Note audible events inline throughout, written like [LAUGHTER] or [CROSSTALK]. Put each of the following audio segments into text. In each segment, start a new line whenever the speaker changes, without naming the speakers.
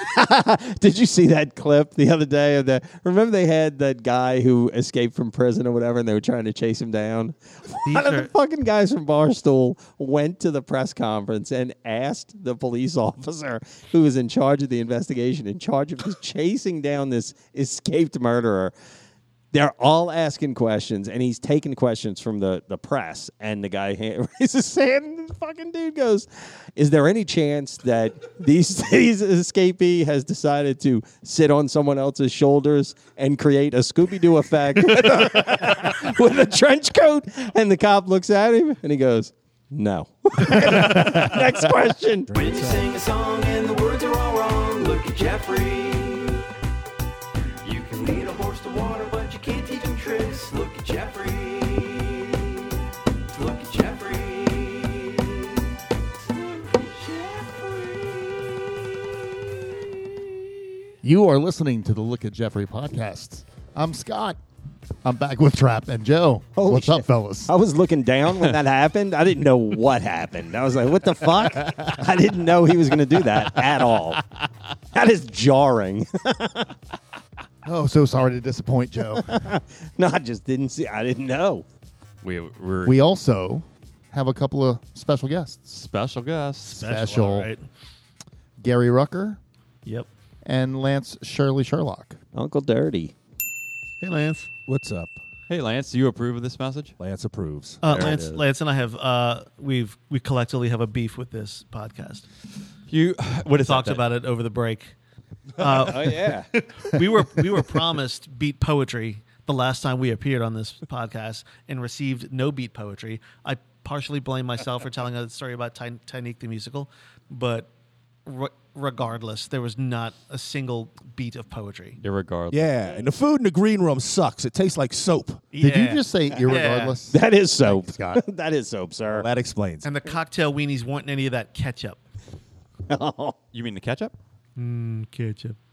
[LAUGHS] Did you see that clip the other day of the? Remember they had that guy who escaped from prison or whatever, and they were trying to chase him down. [LAUGHS]
These
One of the
are-
fucking guys from Barstool went to the press conference and asked the police [LAUGHS] officer who was in charge of the investigation, in charge of just chasing down this escaped murderer. They're all asking questions, and he's taking questions from the, the press. And the guy hand, [LAUGHS] raises his hand, and the fucking dude goes, "Is there any chance that these [LAUGHS] these escapee has decided to sit on someone else's shoulders and create a Scooby Doo effect [LAUGHS] with a, with a trench coat?" And the cop looks at him, and he goes, "No." [LAUGHS] Next question.
When you sing a song and the words are all wrong, look at Jeffrey. You can lead a horse to water, but you can't teach him tricks. Look at Jeffrey. Look at Jeffrey. Look at Jeffrey.
You are listening to the Look at Jeffrey podcast. I'm Scott. I'm back with Trap and Joe.
Holy
What's up,
shit.
fellas?
I was looking down when that happened. I didn't know what happened. I was like, what the fuck? I didn't know he was going to do that at all. That is jarring. [LAUGHS]
Oh, so sorry to disappoint, Joe.
no, I just didn't see. I didn't know.
We
[LAUGHS]
were
we also have a couple of special guests
special guests.
Special.
all right.
Gary Rucker
Yep.
and Lance Shirley Sherlock.
Uncle Dirty.
Hey, Lance.
What's up?
Hey, Lance, do you approve of this message?
Lance approves.
Uh,
There it
Lance,
is.
Lance, and I have uh, we've we collectively have a beef with this podcast.
You [LAUGHS] what
We
is
talked
that?
about it over the break. Uh,
Oh, yeah.
we were we
[LAUGHS]
were promised beat poetry the last time we appeared on this podcast and received no beat poetry. I partially blame myself for telling a story about Ty- Titanic the musical, but re- regardless, there was not a single beat of poetry.
Irregardless.
Yeah, and the food in the green room sucks. It tastes like soap.
Did you
Yeah.
just
[LAUGHS]
say irregardless?
[LAUGHS] That is soap.
Scott.
[LAUGHS] that is soap, sir.
That explains.
And the cocktail weenies weren't any of that ketchup.
You mean the ketchup? [LAUGHS]
Ketchup. The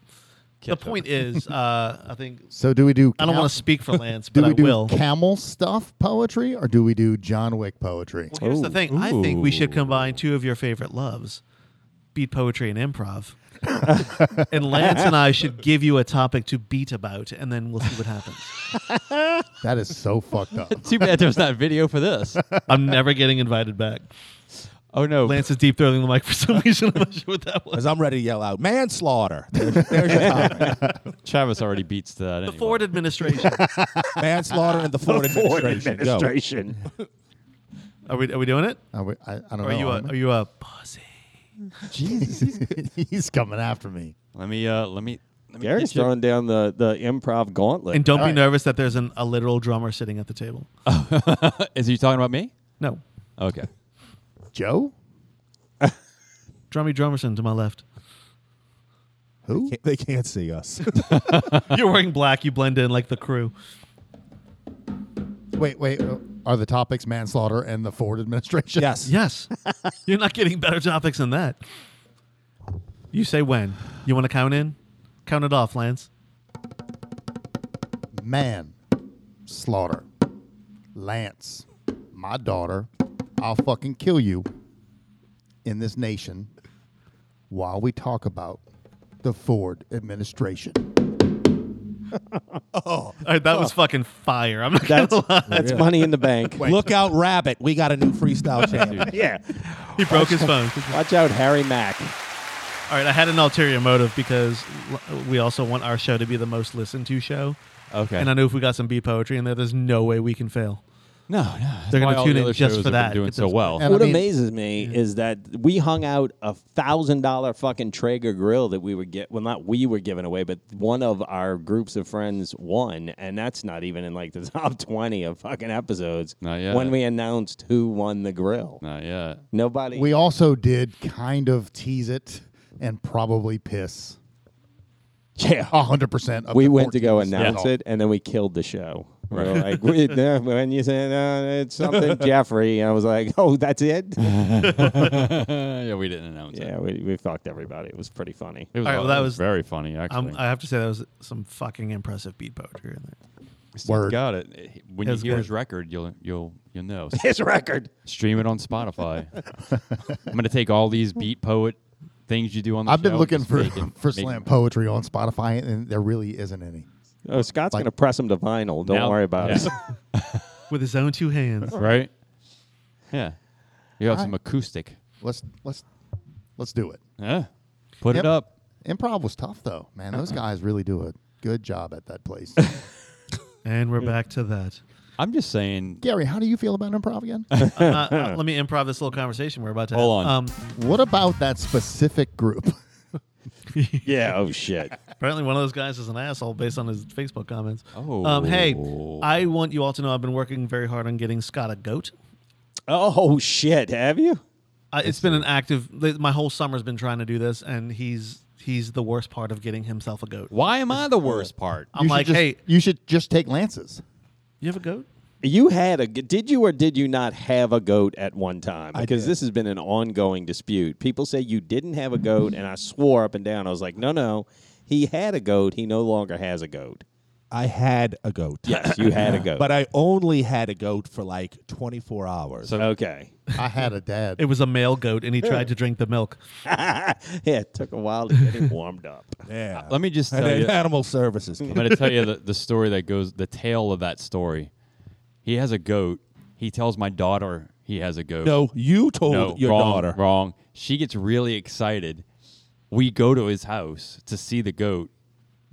Ketchup.
point is, uh, I think
So do we do?
I don't want
count-
to speak for Lance,
Do
but
we
I
do
will.
camel stuff poetry or do we do John Wick poetry?
Well, here's the
Ooh.
thing. I think we should
Ooh.
combine two of your favorite loves, beat poetry and
[LAUGHS]
improv. and Lance and I should give you a topic to beat about, and then we'll see what happens.
That is so
[LAUGHS]
fucked up.
Too bad there's not video for this.
I'm never getting invited back.
Oh no.
Lance is deep throating the mic for some reason. I'm not sure what that was.
Because I'm ready to yell out manslaughter.
Travis already beats to that.
The
anyway.
Ford
[LAUGHS]
administration.
manslaughter and the Ford,
Ford
administration. Go.
administration.
Are we, are we doing it?
I, would- I, I don't know.
Or are you a,
I'm-
are you a pussy?
[LAUGHS] he's coming after me.
Let me uh let me let me
Gary's
get you-
throwing down the, the improv gauntlet.
And [LAUGHS] don't be
right.
nervous that there's an, a literal drummer sitting at the table.
Is he talking about me?
No. [LAUGHS]
Okay.
Joe?
Drummy Drummerson to my left.
Who?
They can't see us.
You're wearing black. You blend in like the crew.
Wait, wait. uh, Are the topics manslaughter and the Ford administration?
yes.
Yes. You're not getting better topics than that. You say when. You want to count in? Count it off, Lance.
Man, slaughter, Lance, my daughter. I'll fucking kill you in this nation while we talk about the Ford administration.
All right, that
Oh.
was fucking fire. I'm not
that's
gonna lie.
that's money in the bank.
Look out, rabbit. We got a new freestyle champion.
[LAUGHS] Yeah.
He broke his phone.
Watch out, Harry Mack.
All right, I had an ulterior motive because l- we also want our show to be the most listened to show.
Okay.
And I know if we got some beat poetry in there, there's no way we can fail.
no, no. That's
They're gonna
why all
tune
the
in
other
just for
shows have been
that.
Doing
It's
so
just-
well.
And I
what
mean-
amazes me is that we hung out a thousand dollar fucking Traeger grill that we were get well not we were giving away, but one of our groups of friends won, and that's not even in like the [LAUGHS] top twenty of fucking episodes.
Not yet.
When we announced who won the grill,
Not yet.
nobody.
We also did kind of tease it and probably piss.
yeah,
100% of
we
the
went to go
14
announce
people.
it, and then we killed the show. We were like,
[LAUGHS]
we, no, when you said uh, it's something Jeffrey, I was like, oh, that's
[LAUGHS]
it.
yeah, we didn't announce it.
yeah, we, we fucked everybody. It was pretty funny.
It was,
All right,
aw-
well, that
it
was-
very funny
Um,
actually.
I have to say, that was some fucking impressive beat poetry in there.
Word.
Got it. When
That
you
was
hear
good.
his record, you'll you'll you'll know.
His record.
[LAUGHS]
Stream it on Spotify. I'm gonna take all these beat poet things you do on the
I've been
show,
looking
just
for
make it-
[LAUGHS] for
make-
slam poetry on Spotify, and there really isn't any.
Oh, Scott's
Like-
gonna press him to vinyl. Don't
Now-
worry about it.
yeah.
with his own two
[LAUGHS]
hands.
right? Yeah. You have
All
some
right.
acoustic.
Let's let's let's do it.
Yeah. Put
Yep.
it up.
Improv was tough though, man. Those
Uh-uh.
guys really do a good job at that place. [LAUGHS]
And we're back to
[LAUGHS]
that.
I'm just saying.
Gary, how do you feel about improv again?
[LAUGHS]
Uh, uh, let me improv this little conversation we're about to
Hold
have.
on.
Um,
what about that specific group?
yeah. Oh shit.
Apparently, one of those guys is an asshole based on his Facebook comments.
Oh.
Um, hey, I want you all to know I've been working very hard on getting Scott a goat.
Oh shit. Have you?
Uh, it's been an active. th- My whole summer's been trying to do this, and he's he's the worst part of getting himself a goat.
Why am I
[LAUGHS]
the worst part?
I'm
You should
like,
just-
hey,
you should just take Lance's.
you have a goat?
You had a g- did you or did you not have a goat at one time?
I
Because
did.
this has been an ongoing dispute. People say you didn't have a goat, and I swore up and down. I was like, no, no, he had a goat. He no longer has a goat.
I had a goat.
Yes, you had a goat.
But I only had a goat for like 24 hours.
So-
okay, [LAUGHS]
I had a dad.
It was a male goat, and he tried to drink the milk.
yeah, it took a while to get him warmed up.
yeah.
Let me just
and
tell
[LAUGHS]
then
you.
animal services.
I'm
came.
going to tell you the, the story that goes, the tale of that story. He has a goat. He tells my daughter he has a goat.
no, you told
No,
your
wrong,
daughter.
Wrong. She gets really excited. We go to his house to see the goat.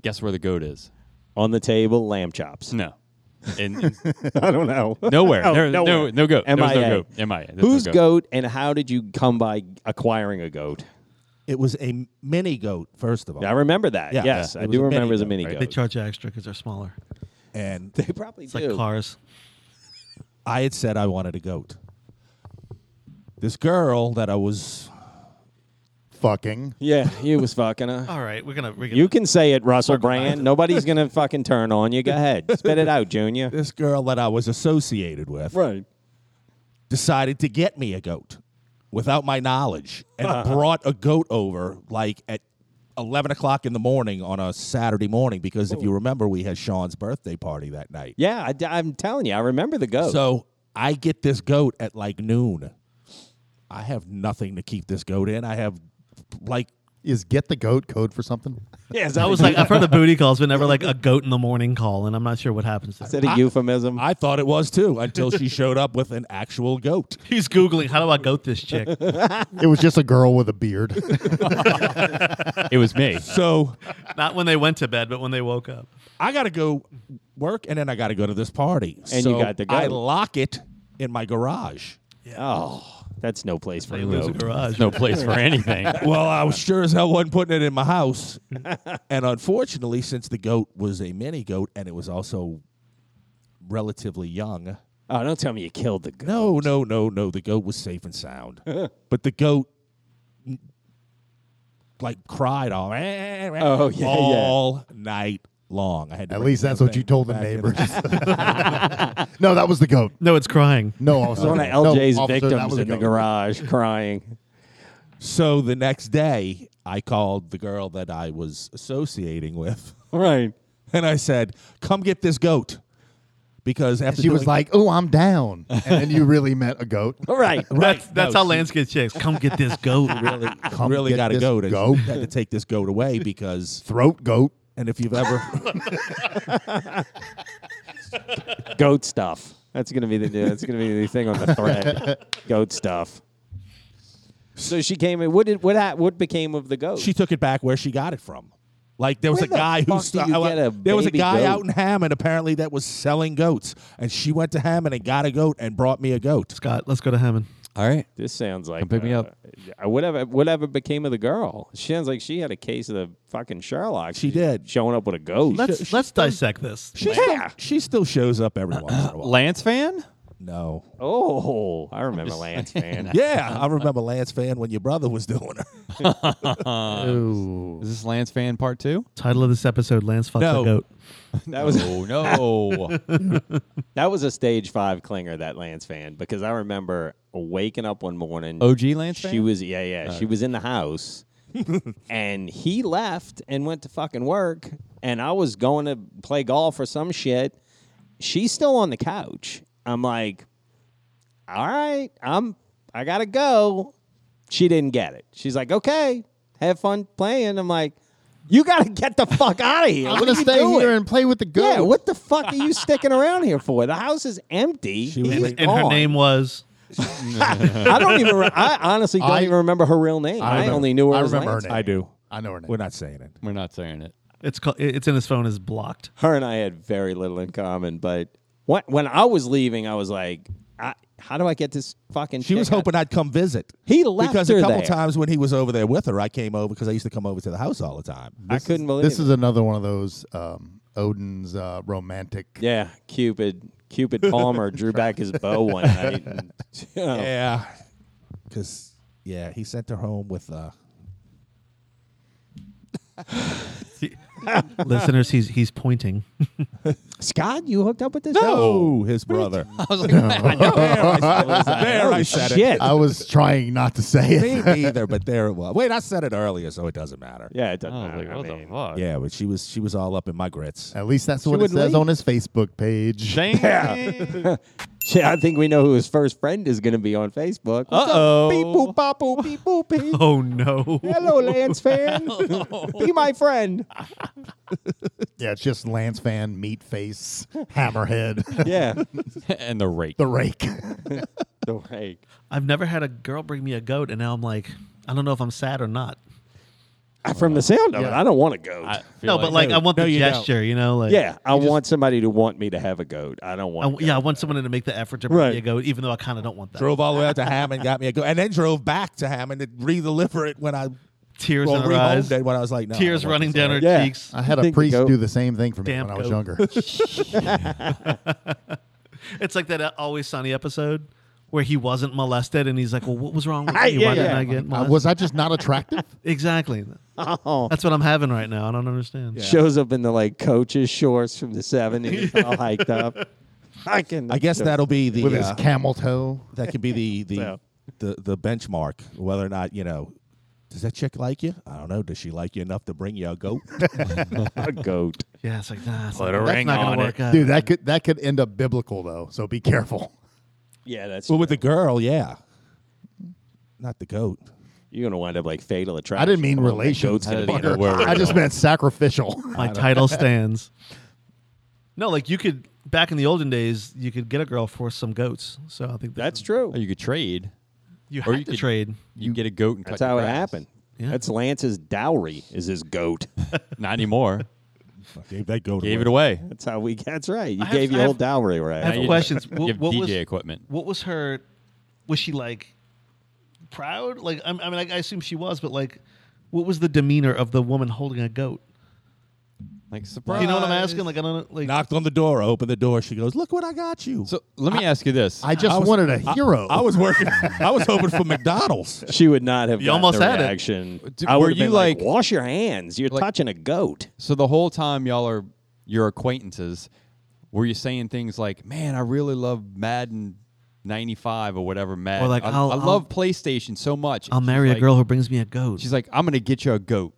Guess where the goat is?
On the table, lamb chops.
No. In,
[LAUGHS] I don't know. [LAUGHS]
nowhere.
Oh,
There-
nowhere.
[LAUGHS] No, no goat. There was
MIA.
no goat. MIA. There's no
Whose goat and how did you come by acquiring a goat?
It was a mini goat, first of all.
I remember that.
Yeah.
yes,
Yeah.
I
It
do
was a
remember as a mini
mini
goat.
They charge you extra because they're smaller.
And
They probably
It's
do.
like cars.
I had said I wanted a goat. This girl that I was
Fucking.
yeah, you was fucking
[LAUGHS]
her.
All right, we're gonna. We're gonna
You can say it, Russell Brand. Nobody's gonna fucking turn on you. Go ahead, spit it out,
[LAUGHS]
Junior.
this girl that I was associated with
Right.
decided to get me a goat without my knowledge
[LAUGHS]
and brought a goat over like at 11 o'clock in the morning on a Saturday morning because if you remember, we had Sean's birthday party that night.
Oh. Yeah, Oh. I, am telling you, I remember the goat.
So I get this goat at like noon. I have nothing to keep this goat in. I have like
Is get the goat code for something?
[LAUGHS] yes,
I was like, I've heard the booty calls, but never like a goat in the morning call, and I'm not sure what happens. There.
is that a euphemism?
I thought it was too
[LAUGHS]
until she showed up with an actual goat.
He's googling how do I goat this chick?
It was just a girl with
[LAUGHS]
a beard.
goat. It was me.
So
not when they went to bed, but when they woke up.
I got to go work and then I got to go to this party.
And you
So
got the goat.
I lock it in my garage.
oh, that's no place for
They
a
lose a
goat.
garage.
No place for anything.
Well, I was sure as hell wasn't putting it in my [LAUGHS] house. and unfortunately, since the goat was a mini goat and it was also relatively young,
Oh, don't tell me you killed the goat.
no, no, no, no, the goat was safe and [LAUGHS] sound. but the goat mm, like cried all,
Oh, yeah, yeah.
all night long. I had to
At
bring
least
the
that's what
thing
you told the
back in.
neighbors. [LAUGHS] no, that was the goat.
No, it's crying.
No, officer.
It was one of
no,
LJ's
officer, that
victims
was a
in the
goat.
garage crying.
So the next day, I called the girl that I was associating with [LAUGHS]
Right.
and I said, "Come get this goat." Because after
She was
doing-
like, "Oh, I'm down," and then you really met a
[LAUGHS]
goat.
All right.
That's that's
No,
how
she-
Lance gets chicks.
[LAUGHS]
Come get this goat. [LAUGHS] really?
Come
really
get
got to
this
go. to-
goat.
Had to take this
[LAUGHS]
goat away because,
Throat goat.
and if you've ever,
Goat stuff. That's gonna be the that's gonna be the thing on the thread. goat stuff. So she came in. What did what hap- what became of the goat?
she took it back where she got it from. Like there was
Where
a
the
guy who
fuck do you
I-
get a
there was a
baby
guy
goat?
out in Hammond apparently that was selling goats, and she went to Hammond and got a goat and brought me a goat.
Scott, let's go to Hammond.
[LAUGHS] All right.
This sounds like
Come pick me
uh,
up.
uh, Whatever, whatever became of the girl? She sounds like she had a case of the fucking Sherlock.
She did.
showing up with a ghost.
Let's let's dissect this.
She
Yeah.
still, she still shows up every once in a while.
Lance fan?
No,
[LAUGHS] oh, I remember
[LAUGHS]
Lance man.
yeah, I remember Lance fan when your brother was doing her. [LAUGHS]
Is this Lance fan part two?
[LAUGHS] Title of this episode: Lance fucks
No.
a goat.
That was
Oh, [LAUGHS] no.
that was a stage five clinger that Lance fan because I remember waking up one morning.
OG Lance fan?
she was yeah yeah she was in the
[LAUGHS]
house, and he left and went to fucking work, and I was going to play golf or some shit. She's still on the couch. I'm like, all right, I'm I gotta go. She didn't get it. She's like, okay, have fun playing. I'm like, you got to get the fuck out of here.
I'm
What
gonna
are you
stay
doing?
here and play with the goat.
Yeah, what the fuck are you sticking around here for? The house is empty.
She was
He's
like-
And her
gone.
name was.
I don't even. Re- I honestly don't
I-
even remember her real name. I,
remember-
only knew her.
I
as
remember her
Lance.
name.
I do.
I know her name.
We're not saying it.
We're not saying it. [LAUGHS]
It's called, it's in his phone is
[LAUGHS]
blocked.
her and I had very little in common, but when, when I was leaving, I was like, I, how do I get this fucking
She was
chick out-
hoping I'd come visit.
He left
because
her
a couple
there.
times when he was over there with her, I came over because I used to come over to the house all the time.
I couldn't believe
This
it.
is another one of those um, Odin's uh, romantic.
yeah, Cupid. Cupid
[LAUGHS]
Palmer drew back his bow one night. And,
Yeah, because yeah, he sent her home with. Uh,
Listeners, he's he's
[LAUGHS]
pointing.
Scott, you hooked up with this?
oh, his brother. I was
[LAUGHS]
like, [LAUGHS] there I said it.
shit.
I was trying not to say it.
[LAUGHS] Me neither, but there it was. Wait, I said it earlier, so it doesn't matter.
Yeah, it doesn't
I was
matter.
like,
I
what
mean,
the fuck?
Yeah, but she was she was all up in my grits.
[LAUGHS] At least that's what it
would
says
leave.
on his Facebook page.
Dang.
shit, I think we know who his first friend is going to be on Facebook. What's up?
Uh-oh.
Beep boop bop boop beep boop beep.
Oh no!
Hello, Lance fan. be my friend.
Yeah, it's just Lance fan, meat face, hammerhead, [LAUGHS]
Yeah.
and the rake.
the rake.
the rake.
[LAUGHS] I've never had a girl bring me a goat, and now I'm like, I don't know if I'm sad or not.
From the sound of it,
yeah.
I don't want to go.
I feel
No, but like I want
no,
the
you don't.
gesture, you know, like
Yeah, I want somebody to want me to have a goat. I don't
I
want.
w- yeah, I want someone to make the effort to bring
Right.
me a goat, even though I kind of don't want that.
Drove all the way out to Hammond, got me a go, and then drove back to Hammond to re-deliver it when I
Tears
well,
in her
rehomed
eyes,
it when I was like, no, I
tears
don't want
running
this
down her
already.
Yeah.
cheeks.
I had a
Think the
priest
goat-
do the same thing for me
Damn
when I was
goat.
younger. Uh,
It's like that uh, Always Sunny episode where he wasn't molested, and he's like, "Well, what was wrong with
Ah,
me?
[LAUGHS] yeah,
Why didn't
yeah.
I get
Uh,
molested?"
was I just
[LAUGHS]
not attractive?
exactly.
Oh.
That's what I'm having right now. I don't understand.
Shows up in the like coach's shorts from the seventies, all hiked up. I can. [LAUGHS]
I guess that'll be the
With
uh,
his camel toe?
that could be the the, the the benchmark whether or not you know does that chick like you? I don't know. Does she like you enough to bring you a goat?
a goat.
Yeah, it's like nah. It's
Put
like,
a
that's
ring
not gonna
on
work
it.
out.
Dude, that could that could end up biblical though, so be careful.
Yeah, that's.
well, with the girl, yeah, not the goat.
You're gonna wind up like fatal attraction.
I didn't mean
Well, that
relations.
Goat's gonna be in
didn't
a
know where
fucker.
we were
I just
going.
meant sacrificial.
My title stands. No, like you could back in the olden days, you could get a girl for some goats. So I
[LAUGHS]
think
That's
that's
true.
Or Oh, you could trade.
you
or
had
you
to
could-
trade.
You get a goat and
That's
cut your
how it
grass.
happened.
Yeah.
That's Lance's dowry. Is his goat? [LAUGHS]
Not [LAUGHS] anymore.
Gave that goat.
Gave it away.
That's how we. That's right. You
have-
gave your
I
whole
have-
dowry
I
right.
have
Now [LAUGHS] you
questions. What,
Give
what
DJ
was
equipment.
what was her? Was she like proud? Like I, I mean, like, I assume she was, but like, what was the demeanor of the woman holding a goat?
Like surprise.
You know what I'm asking? Like I don't know, like.
Knocked on the door. Opened the door. She goes, "Look what I got
[LAUGHS]
you."
So let me ask you this.
I just
I was-
wanted a hero.
I was working. [LAUGHS] I was hoping
[LAUGHS]
for McDonald's.
She would not have.
You
gotten
almost
the
had it.
reaction.
D-
I
were
would have
you
been like,
like-
wash your hands. You're
like-
touching a goat.
So the whole time y'all are your acquaintances, were you saying things like, "Man, I really love Madden 95 or whatever Madden.
like,
I,
I'll-
I
I'll-
love PlayStation so much."
I'll
She's
marry a
like-
girl who brings me a goat.
She's like, "I'm gonna get you a goat,"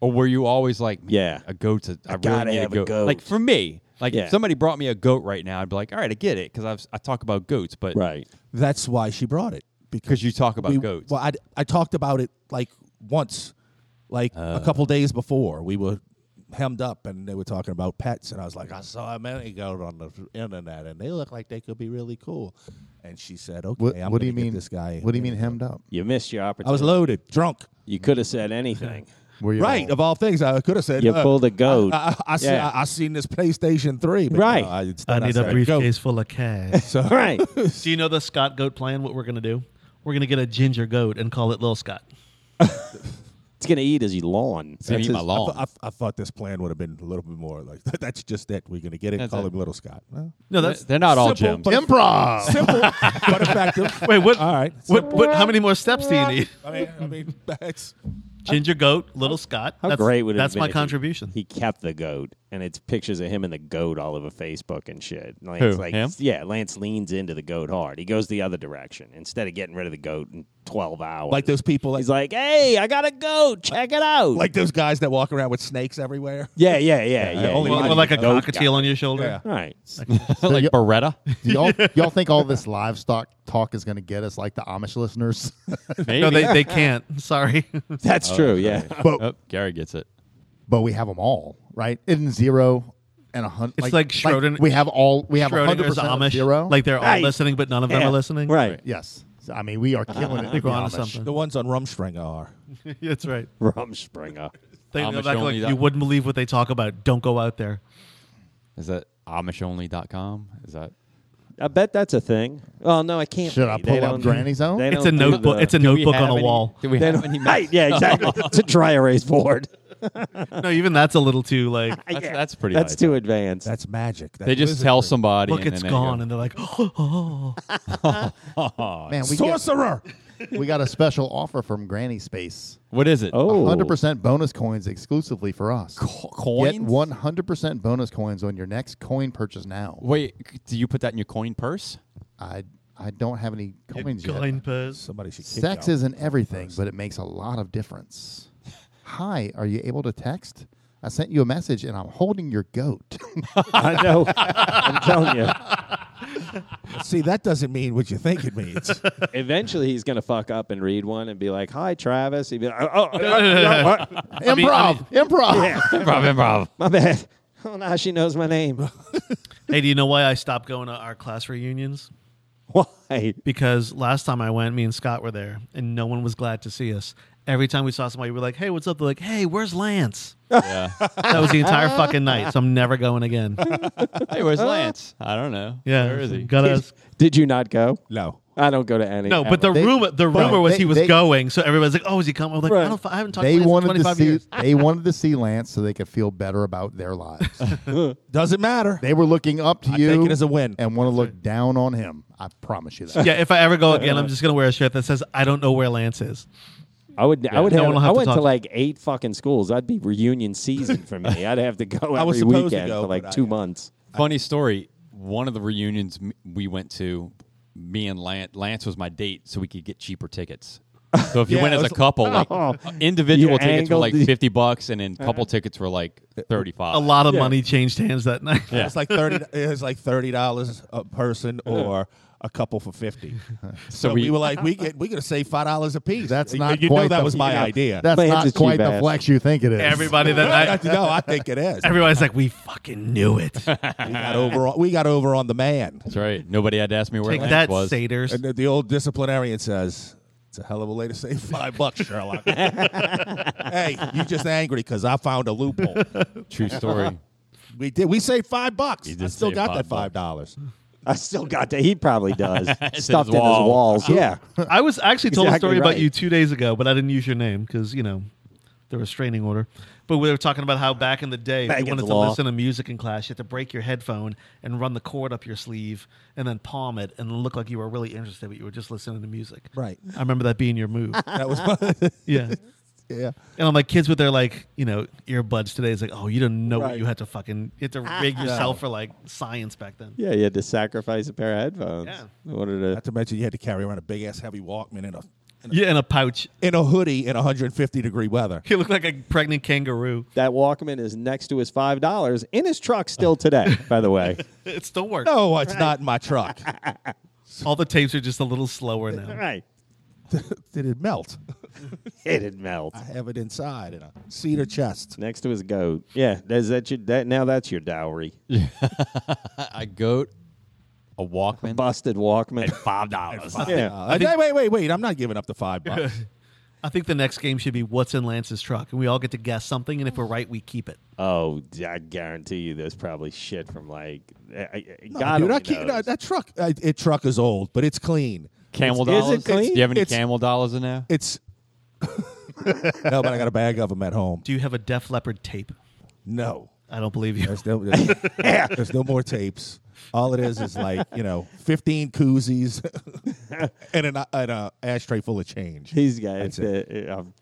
or were you always like, "Man,
Yeah.
a goat's a, I
gotta
really need
have a
a goat.
goat.
Like for me, like
Yeah.
if somebody brought me a goat right now, I'd be like, "All right, I get it," because I've I talk about goats, but
Right.
That's why she brought it because
'Cause you talk about
we-
goats.
Well, I, I talked about it like once, like
Uh.
a couple days before we were hemmed up and they were talking about pets and I was like, I saw a many goat on the internet and they look like they could be really cool. And she said, Okay,
what,
I'm
what
gonna
do you
get
mean
this guy.
What do you mean hemmed up?
You missed your opportunity.
I was loaded, drunk.
you could have said anything. [LAUGHS]
Were you
Right,
all-
of all things, I could have said
You
uh,
pulled a goat.
I, I, I, see-
Yeah.
I, I seen this PlayStation Three. But
Right.
no, I, instead
I need
said
a briefcase
Goat.
full of cash.
So
right.
Do you know the Scott Goat plan? What we're gonna do? We're gonna get a ginger goat and call it Lil Scott.
It's gonna eat his lawn.
It's gonna
That's
eat my
his- I
lawn.
thought- I, I thought this plan would have been a little bit more like [LAUGHS] that's just it. We're gonna get it.
That's
call
it.
him Little Scott. Well,
No, that's
They're not all
simple,
gems.
but-
Improv.
simple but effective.
Wait, what?
All right.
What, what? How many more steps do you need?
I mean, I mean, that's
Ginger goat, little Scott.
How
that's,
great would it have
That's
been
my
if he-
contribution.
He kept the goat. and it's pictures of him and the goat all over Facebook and shit. Lance,
Who,
like,
him?
Yeah, Lance leans into the goat hard. He goes the other direction instead of getting rid of the goat in twelve hours.
Like those people, like,
he's like, "Hey, I got a goat. Check it out."
like those guys that walk around with snakes everywhere.
yeah, yeah, yeah,
Yeah,
yeah.
only
yeah.
one-
Well, like a
Goat
cockatiel on your shoulder. [LAUGHS]
Yeah.
Right.
[LAUGHS] like Beretta,
Do [LAUGHS] y'all, y'all think all this livestock talk is going to get us like the Amish listeners? [LAUGHS]
maybe.
No, they, they can't. [LAUGHS] Sorry.
That's true. Yeah.
but
oh, Gary gets it.
but we have them all, right? Isn't zero and a hundred?
It's like Schroding-
we have all. We have a hundred
Schrodinger's
percent of
Amish.
zero.
Like they're all
Right.
listening, but none of them
Yeah.
are listening.
Right. [LAUGHS]
yes, So, I mean we are killing it.
They're
with the
on to
Amish.
something.
The ones on Rumspringa are.
[LAUGHS] That's right.
Rumspringer.
They
Amish
go back like,
only, that-
you wouldn't believe what they talk about. Don't go out there.
Is that AmishOnly.com? Is that
I bet that's a thing. Oh no, I can't.
Should I
be. They
pull up
don't-
Granny's own?
they
It's a
don't do
notebook.
the-
it's a
Do we
notebook
have
on a
any-
wall.
Do we
They
have
don't-
[LAUGHS]
any?
right, yeah, exactly. it's a dry erase board.
No, even that's a little too like.
That's,
Yeah.
that's pretty.
That's
high
too
tech.
advanced.
That's magic. That's
They just tell somebody.
Look,
and
it's
then they go,
gone, and they're like, "Oh,
Man, we get,
sorcerer.
we got a special offer from Granny Space.
What is it?
oh, [LAUGHS]
Hundred percent bonus coins exclusively for us.
coins.
Get one hundred percent bonus coins on your next coin purchase now.
Wait, c- do you put that in your
[LAUGHS]
coin purse?
I I don't have any coins yet.
coin purse."
Somebody should kick
Sex
y'all.
isn't everything, but it makes a lot of difference. Hi, are you able to text? I sent you a message and I'm holding your goat. [LAUGHS]
I know. I'm telling you.
See, that doesn't mean what you think it means.
Eventually, he's gonna fuck up and read one and be like, "Hi, Travis." He'd be like, "Oh, oh, oh, what?
improv,
mean- I
improv.
improv, improv.
my bad." [LAUGHS] Oh, now she knows my name. [LAUGHS]
Hey, do you know why I stopped going to our class reunions?
Why?
Because last time I went, me and Scott were there, and no one was glad to see us. Every time we saw somebody, we were like, "Hey, what's up?" They're like, "Hey, where's Lance?"
Yeah.
[LAUGHS] That was the entire fucking night, so I'm never going
[LAUGHS]
again.
hey, where's Lance? I don't know.
Uh-huh. Yeah,
Where is he?
Gotta,
Did you not go?
no.
I don't go to any.
no, but the
ever.
They-
rumor, the
but
rumor was
they-
he was
they-
going, so everybody's like, "Oh, is he coming?" I'm like,
Right.
"I don't, I haven't talked
They
to Lance in
wanted to
25
see
years."
they wanted to see Lance so they could feel better about their lives.
Doesn't matter.
they were looking up to
I
you
take it as a win.
and want to look down on him. I promise you that.
Yeah, if I ever
[LAUGHS]
go again, I'm just gonna wear a shirt that says, "I don't know where Lance is."
I would. I would
No
have.
one will
I
have to
went to,
talk to-
like eight fucking schools. I'd be reunion season for me. I'd have to go every
I was supposed to
weekend
go,
for like
but
two
I-
months.
Funny story. One of the reunions m- we went to, me and Lance, Lance was my date, so we could get cheaper tickets. So if you
Yeah,
went
it
as a
was-
couple, like uh,
Oh.
individual
You
tickets were
angled
like
the-
fifty bucks, and then couple tickets were like thirty-five.
A lot of money changed hands that night.
Yeah.
It's like thirty. It's like thirty dollars a person or a couple for fifty. So, we,
we-
were like, we get we gonna save five dollars a piece.
That's
you,
not
you
quite
know that
the-
was my
yeah.
idea.
That's
Lance is
not
cheap
quite the
ass.
flex you think it is.
[LAUGHS]
Everybody that
[LAUGHS] I,
night,
no, I think it is.
everybody's like, "We fucking knew it."
we
[LAUGHS]
got over. On, we got over on the man.
That's right. Nobody had to ask me where
Take
Lance
that,
was.
satyrs.
And the, the old disciplinarian says. It's a hell of a way to save five bucks,
[LAUGHS]
Sherlock. hey, you just angry because I found a loophole.
[LAUGHS]
True story.
We did. We saved five bucks.
You
I
did
still
save
got
five
that five dollars.
I still got that. He probably does.
his
Stuffed in
wall.
his walls. Yeah.
I was actually told
Exactly
a story about
right.
you two days ago, but I didn't use your name because you know the restraining order. But we were talking about how back in the day,
Back
if
in
you wanted
the
to
law.
listen to music in class, you had to break your headphone and run the cord up your sleeve and then palm it and look like you were really interested, but you were just listening to music.
Right.
I remember that being
[LAUGHS]
your move.
That was my, [LAUGHS]
yeah.
yeah.
And I'm like, kids with their like, you know, earbuds today is like, oh, you don't know
Right.
what you had to fucking you had to
[LAUGHS]
rig yourself for like science back then.
Yeah, you had to sacrifice a pair of headphones
Yeah.
in order
Not
to.
to mention you had to carry around a big ass heavy Walkman in a
Yeah, in a pouch. [LAUGHS]
in a hoodie in 150 degree weather.
You look like a pregnant kangaroo.
That Walkman is next to his five dollars in his truck still today. by the way,
It still works.
No, it's not in my truck.
All the tapes are just a little slower now.
right?
Did it melt?
It did melt
I have it inside in a cedar chest.
next to his goat. Yeah, is that your that now? That's your dowry.
a goat, a Walkman,
Busted Walkman.
five dollars.
Yeah.
Uh, hey, wait, wait, wait! I'm not giving up the five bucks.
I think the next game should be what's in Lance's truck, and we all get to guess something, and if we're right, we keep it.
Oh, d- I guarantee you, there's probably shit from like I- I, I-
No,
God
dude,
only
I keep, no,
knows.
that truck. I, it truck is old, but it's clean.
Camel
Is it
dollars.
clean?
Do you have any
It's-
camel dollars in there?
It's [LAUGHS] no, but I got a bag of them at home.
Do you have a Def Leopard tape?
No,
I don't believe you.
There's no, there's, there's no more tapes. All it is is like you know, fifteen koozies [LAUGHS] and an and a ashtray full of change.
These guys,
That's
uh, uh, um,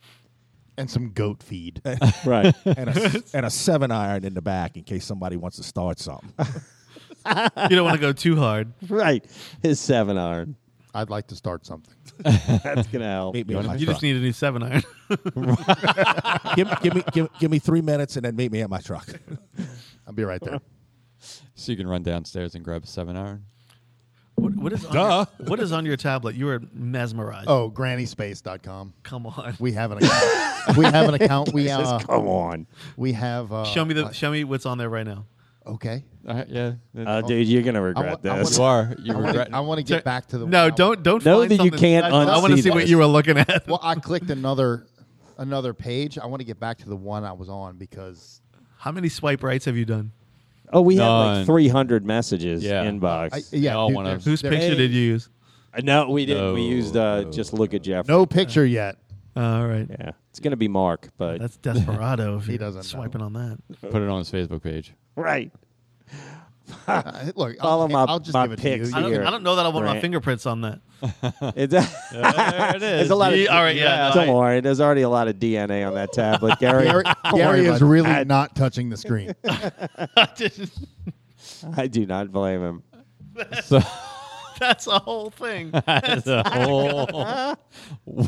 and some goat feed.
Right.
and a, and a seven iron in the back in case somebody wants to start something.
You don't want to go too hard.
right. His seven iron.
I'd like to start something.
That's going to help. [LAUGHS]
Meet me at my
You
truck.
just need a new seven iron. [LAUGHS]
give, give me give, give me three minutes and then meet me at my truck.
I'll be right there.
So you can run downstairs and grab a seven iron.
What, what is on
Duh.
Your, what is on your tablet? You are mesmerized.
[LAUGHS] Oh, grannyspace.com.
come on.
We have an [LAUGHS] account. we have an account. We uh,
Come on.
we have uh,
show me the
uh,
show me what's on there right now.
okay.
Uh, yeah,
Uh, dude, you're going to regret
I wa- I
this.
you are. You
I wanna-
regret.
I want to get back to the
No,
I-
don't don't.
Know
find
that you
something.
can't
I, I wanna
unsee
see what
this.
you were looking at.
Well, I clicked another another page. I want to get back to the one I was on because
How many swipe rights have you done?
Oh, we had like
Done.
300 messages
Yeah.
inbox.
I, yeah,
all
dude,
wanna-
there's-
Whose
there-
picture did you use?
Uh, no, we didn't. we
No,
used uh, just look at Jeff.
no picture yet.
All right,
Yeah. It's going to be Mark, but
that's desperado. If
He
you're
doesn't know.
swiping on that.
Put it on his Facebook page.
right.
Uh, look,
Follow
I'll,
my-
I'll just
my
give it to you.
pics
You-
I don't,
Here.
I don't know that I want my
Grant.
fingerprints on that.
It's [LAUGHS] a,
it
There's a lot
Ye-
of
all right, yeah, no,
Don't
I-
worry, there's already a lot of DNA on that tablet, Gary.
Gary,
Don't worry
Gary
about
is
it.
really
I,
not touching the screen.
[LAUGHS] I do not blame him.
So
[LAUGHS] That's the whole
[LAUGHS]
thing.
[LAUGHS] the whole.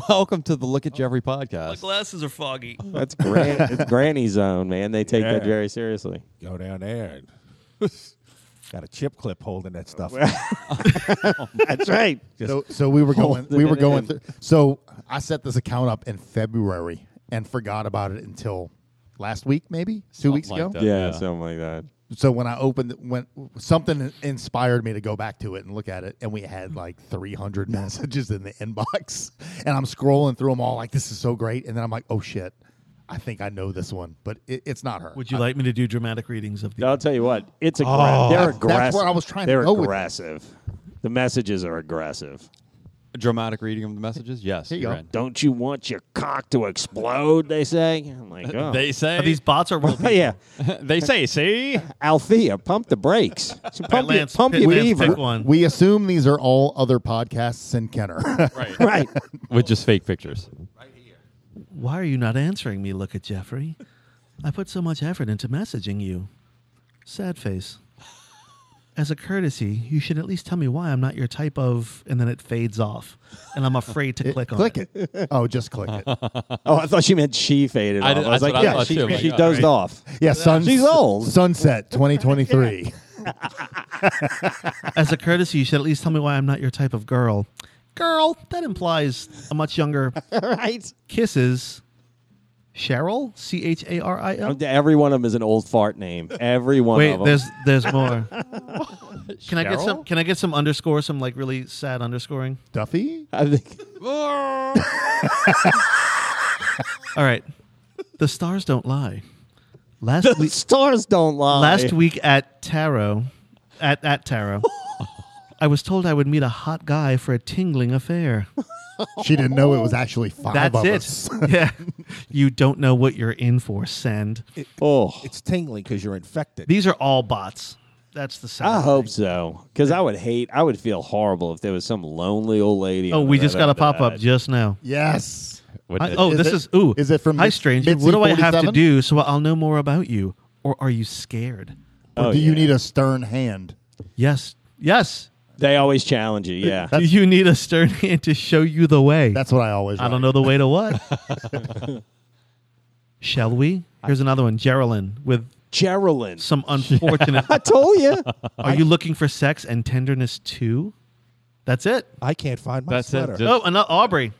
Welcome to the Look at Jeffrey
My
podcast.
glasses are foggy.
That's gran- it's granny zone, man. They take that
Yeah.
very seriously.
Go down there and [LAUGHS] got a chip clip holding that stuff.
That's right.
So, so we were going.
Folded
We were
it
going
in.
through. So I set this account up in February and forgot about it until last week, maybe two weeks
like
ago.
that.
Yeah,
Yeah.
something like that.
So when I opened, when something inspired me to go back to it and look at it, and we had like 300 [LAUGHS] messages in the inbox, and I'm scrolling through them all like this is so great, and then I'm like, oh shit, I think I know this one, but it, it's not her.
Would you like me to do dramatic readings of the?
I'll tell you what, it's aggra-
Oh.
they're
That's- that's
aggressive.
where I was trying to
They're
go with it.
aggressive. The messages are aggressive.
Dramatic reading of the messages. Yes.
Here you
you're
go.
in.
Don't you want your cock to explode? They say. I'm
Uh,
like, oh.
They say.
Are these bots are real?
Oh, [LAUGHS] yeah,
[LAUGHS] they say. See.
Althea, pump the brakes. Pump, your,
Lance,
pump
pick-
your
Lance,
beaver.
pick one.
We assume these are all other podcasts in Kenner.
[LAUGHS]
Right.
Right.
With just fake pictures.
Why are you not answering me? Look at Jeffrey. I put so much effort into messaging you. Sad face. As a courtesy, you should at least tell me why I'm not your type of, and then it fades off, and I'm afraid to click on
[LAUGHS] click it. Oh, just click it.
Oh, I thought she meant she faded
I
off.
did-
I was like,
that's what I
yeah,
thought
she,
too. I'm like,
she
all
dozed
right.
off.
Yeah, sun,
She's old.
Sunset 2023.
As a courtesy, you should at least tell me why I'm not your type of girl. Girl, that implies a much younger
[LAUGHS] right?
kisses. Cheryl, C H A R I L.
Every one of them is an old fart name. Every one of
Wait,
them.
there's there's more. Can I get
Cheryl?
some? Can I get some underscore? Some like really sad underscoring.
Duffy?
[LAUGHS] I think
All right. The stars don't lie. Last
the
week,
stars don't lie.
last week at Tarot, at
[LAUGHS]
at Tarot, I was told I would meet a hot guy for a tingling affair.
She didn't know it was actually five
That's
of
it.
us.
[LAUGHS]
[LAUGHS]
yeah. You don't know what you're in for, send.
Oh,
It's tingling because you're infected.
These are all bots. That's the sound.
I hope so. Because I would hate, I would feel horrible if there was some lonely old lady.
Oh,
on
we
the
just got
other
a pop up
side.
just now.
Yes.
What
I,
the-
oh,
Is
this
it-
is ooh.
is it from
Hi,
Mitz-
stranger.
Mitzi
what do I have to
47?
do so I'll know more about you, or are you scared?
Or
Oh,
do you
yeah.
need a stern hand?
Yes, yes.
They always challenge you. Yeah.
Do you need a stern [LAUGHS] hand to show you the way?
That's what I always
I don't
write.
know the way to
[LAUGHS]
what. Shall we? Here's another one. Geraldine with
[LAUGHS] Geraldine.
[LAUGHS]
some unfortunate.
I told you.
Are you looking for sex and tenderness too? That's it.
I can't find my
That's it,
sweater.
just-
Oh, and uh, Aubrey.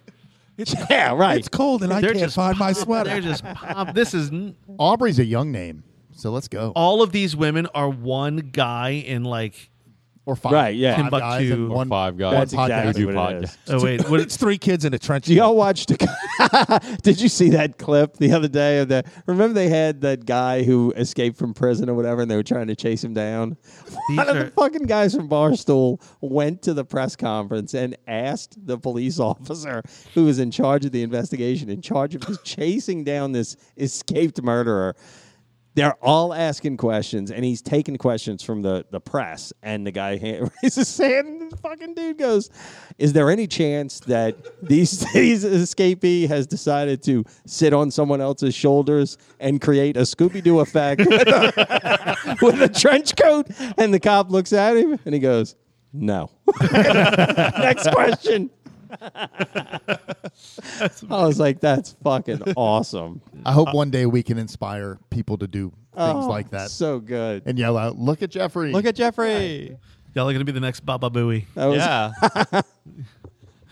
yeah, right.
it's cold and I
They're
can't
just
find my
pop- They're
sweater.
just pop. This is n-
Aubrey's a young name. So let's go.
all of these women are one guy in like.
Or five.
Right, yeah.
Five guys
Timbuktu.
and
Or
one,
five guys.
one
[LAUGHS] That's exactly
podcast.
Two
what it is.
podcasts.
Oh wait, what,
it's three kids in a trench.
Do y'all watch the? [LAUGHS] Did you see that clip the other day of the? Remember they had that guy who escaped from prison or whatever, and they were trying to chase him down.
These
One of
are-
the fucking guys from Barstool went to the press conference and asked the police [LAUGHS] officer who was in charge of the investigation, in charge of just chasing down this escaped murderer. They're all asking questions, and he's taking questions from the, the press. And the guy hand, [LAUGHS] raises his hand, and the fucking dude goes, "Is there any chance that these [LAUGHS] these escapee has decided to sit on someone else's shoulders and create a Scooby Doo effect [LAUGHS] with a, [LAUGHS] with a trench coat?" And the cop looks at him, and he goes, "No." [LAUGHS] Next question. I was like, "That's fucking awesome."
I
Uh,
hope one day we can inspire people to do things like that
Oh, So good.
and yell out, "Look at Jeffrey!
Look at Jeffrey.
Y'all are gonna be the next Baba Booey.
That was
Yeah.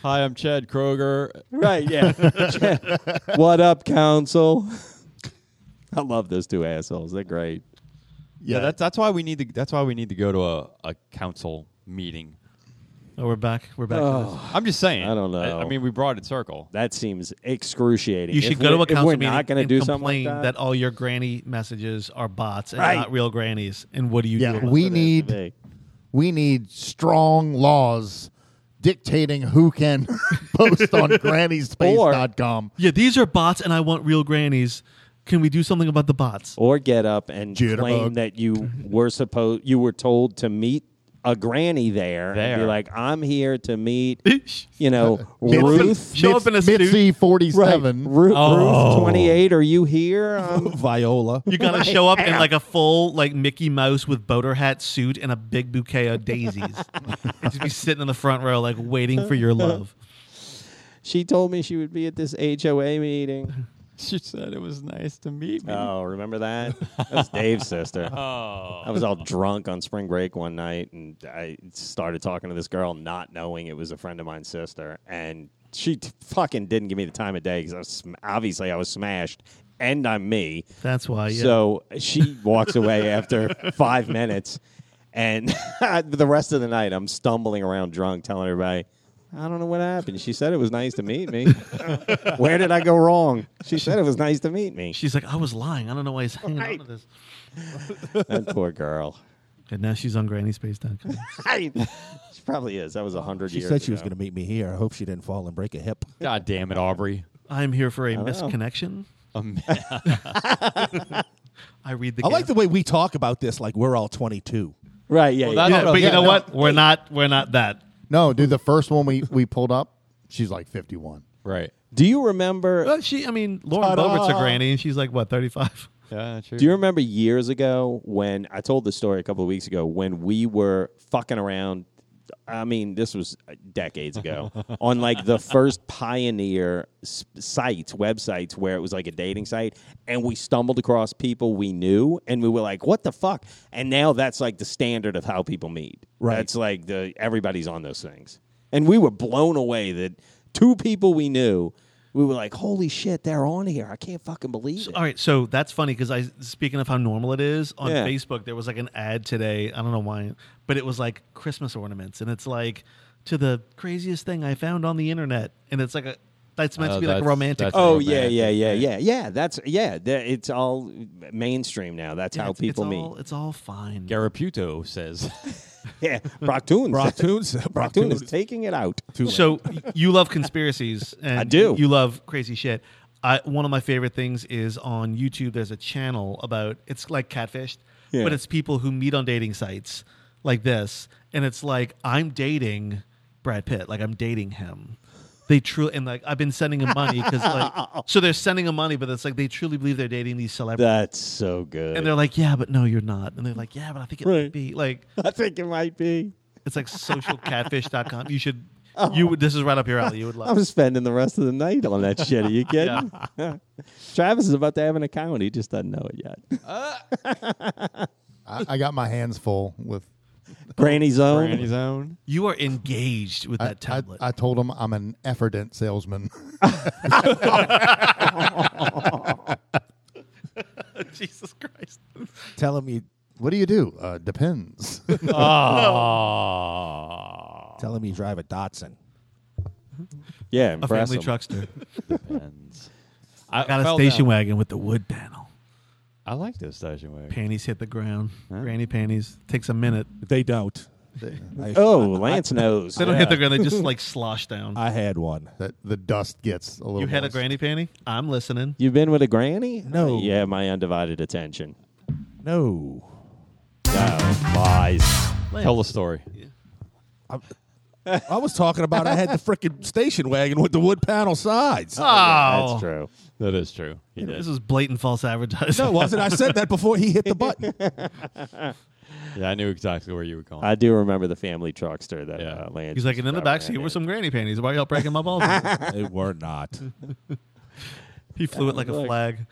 Hi, I'm Chad Kroger.
[LAUGHS] Right, yeah. what up, council? I love those two assholes. They're great.
Yeah, that's that's why we need to that's why we need to go to a, a council meeting.
Oh, we're back. We're back. to
Oh.
this.
I'm just saying.
I don't
I,
know.
mean, we brought it circle. [LAUGHS]
That seems excruciating.
You
If
should go to
we're-
a council
if we're
meeting
not gonna
and
do
complain
something like
that. all your granny messages are bots and
Right.
not real grannies. And what do you
Yeah,
do? about
we
it?
need we need strong laws dictating who can [LAUGHS] post
[LAUGHS]
on grannyspace.com.
Yeah, these are bots, and I want real grannies. Can we do something about the bots?
or get up and
Jitterbug.
claim that you were supposed you were told to meet a granny there, and be
There.
like, I'm here to meet
Show
you [LAUGHS] know,
Mitz-
Ruth
Show up in a suit.
Mitzi forty seven.
Ru-
Oh.
Ruth twenty eight, are you here? Um,
Viola.
You gotta show up in like a full like Mickey Mouse with boater hat suit and a big bouquet of daisies. Just be sitting in the front row like waiting for your love.
she told me she would be at this HOA meeting.
She said it was nice to meet me.
Oh, remember that? That was Dave's sister. I was all drunk on spring break one night, and I started talking to this girl, not knowing it was a friend of mine's sister, and she t- fucking didn't give me the time of day because I was sm- obviously I was smashed, and I'm me.
That's why. Yeah.
So she walks away after five minutes, and [LAUGHS] the rest of the night I'm stumbling around drunk, telling everybody. I don't know what happened. She said it was nice to meet me. Where did I go wrong? She said it was nice to meet me.
she's like, I was lying. I don't know why he's hanging on to this.
That poor girl.
And now she's on grannyspace.com.
[LAUGHS] she probably is. That was a hundred
She
years.
said she was
ago.
going to meet me here. I hope she didn't fall and break a hip.
God damn it, Aubrey.
I'm here for a missed
know.
connection.
Um,
I read the.
I like
gap.
the way we talk about this like we're all 22.
Right? Yeah.
that's-
yeah.
Yeah, but you
Yeah,
know
no,
what? We're not. We're not that.
No, dude, the first one we, we pulled up, she's like fifty one.
right.
Do you remember?
But she. I mean, Lauren
Ta-da.
Bobert's a granny, and she's like what, 35.
Yeah, true.
Do you remember years ago when I told the story a couple of weeks ago when we were fucking around? I mean, this was uh, decades ago on like the first pioneer s- sites, websites where it was like a dating site, and we stumbled across people we knew, and we were like, "What the fuck?" And now that's like the standard of how people meet.
Right.
That's like the everybody's on those things, and we were blown away that two people we knew. We were like, "Holy shit, they're on here! I can't fucking believe it."
All right, so that's funny because I speaking of how normal it is on
Yeah.
Facebook, there was like an ad today. I don't know why, but it was like Christmas ornaments, and it's like to the craziest thing I found on the internet, and it's like a that's meant
Oh,
to be like a
that's-
romantic.
that's
Oh
romantic,
yeah, yeah, yeah,
right?
yeah, yeah. That's yeah. th- It's all mainstream now. That's
Yeah,
how
it's-
people
it's
meet.
All, it's all fine.
Garaputo says.
[LAUGHS]
[LAUGHS]
yeah,
[LAUGHS]
[LAUGHS] Brock Toon.
Brock [LAUGHS] Toon's.
Brock Toon is taking it out.
So y- you love conspiracies,
[LAUGHS]
and
I do.
You love crazy shit. I, one of my favorite things is on YouTube. There's a channel about it's like catfished,
Yeah.
but it's people who meet on dating sites like this, and it's like I'm dating Brad Pitt, like I'm dating him. They truly and like I've been sending him money
[LAUGHS]
because like so they're sending him money, but it's like they truly believe they're dating these celebrities,
That's so good.
and they're like, yeah, but no, you're not, and they're like, yeah, but I think it
Right.
might be like
[LAUGHS] I think it might be. [LAUGHS]
it's like socialcatfish.com. You should.
Oh.
You would. This is right up your alley. You
[LAUGHS]
would love.
I'm spending the rest of the night on that shit. Are
[LAUGHS]
you kidding? [LAUGHS] Travis is about to have an account. He just doesn't know it yet. [LAUGHS]
I, I got my hands full with
Granny Zone.
Granny's own.
You are engaged with
I-
that
I,
tablet.
I, told him I'm an efferdent salesman.
[LAUGHS]
[LAUGHS]
Jesus Christ.
Tell him you
what do you do? Uh, depends. [LAUGHS]
tell him you drive a Datsun.
Yeah,
A
impress
family
him.
[LAUGHS] truckster.
Depends. I,
Got a
fell
station
down.
wagon with the wood panel.
I like those station wagons.
Panties hit the ground. Granny panties. Takes a minute.
They don't.
Oh, Lance knows.
[LAUGHS]
[LAUGHS]
They don't hit the ground. They just like slosh down.
I had one.
that the dust gets a little.
you had a
moist.
granny panty? I'm listening.
You've been with a granny?
No.
Yeah, my undivided attention.
No.
Lies.
Lance.
Tell the story.
I was talking about I had the freaking station wagon with the wood panel sides.
Oh,
That's true.
That is true. He did.
This is blatant false advertising.
It wasn't. I said that before he hit the button.
Yeah, I knew exactly where you were going.
I do remember the family truckster that
Yeah.
uh, Lance.
[LAUGHS] He's like, and in the backseat were some granny panties. Why y'all breaking my balls?
they were not.
he flew it like a
Look.
flag.
[LAUGHS]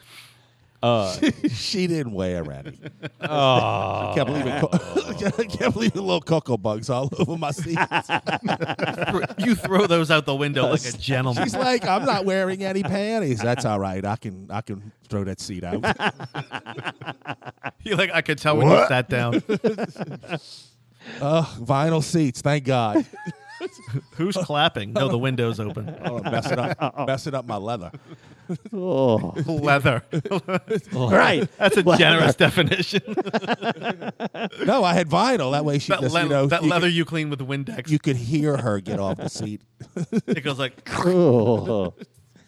Uh, [LAUGHS]
she didn't wear any. I can't believe it. [LAUGHS] I can't believe the little cocoa bugs all over my seats.
you throw those out the window like a gentleman.
She's like, I'm not wearing any panties. That's all right. I can I can throw that seat out.
You're like, I could tell when you sat down.
Ugh, vinyl seats. Thank God.
Who's clapping? No, the window's open.
Oh, I'm messing up, messing up my leather.
Oh.
[LAUGHS] [LAUGHS] Leather.
All right.
That's a generous definition.
No, I had vinyl. That way she
that
just
le-
you know
that
you
leather you clean with Windex.
Could, you could hear her get off the seat.
it goes like,
[LAUGHS] Oh.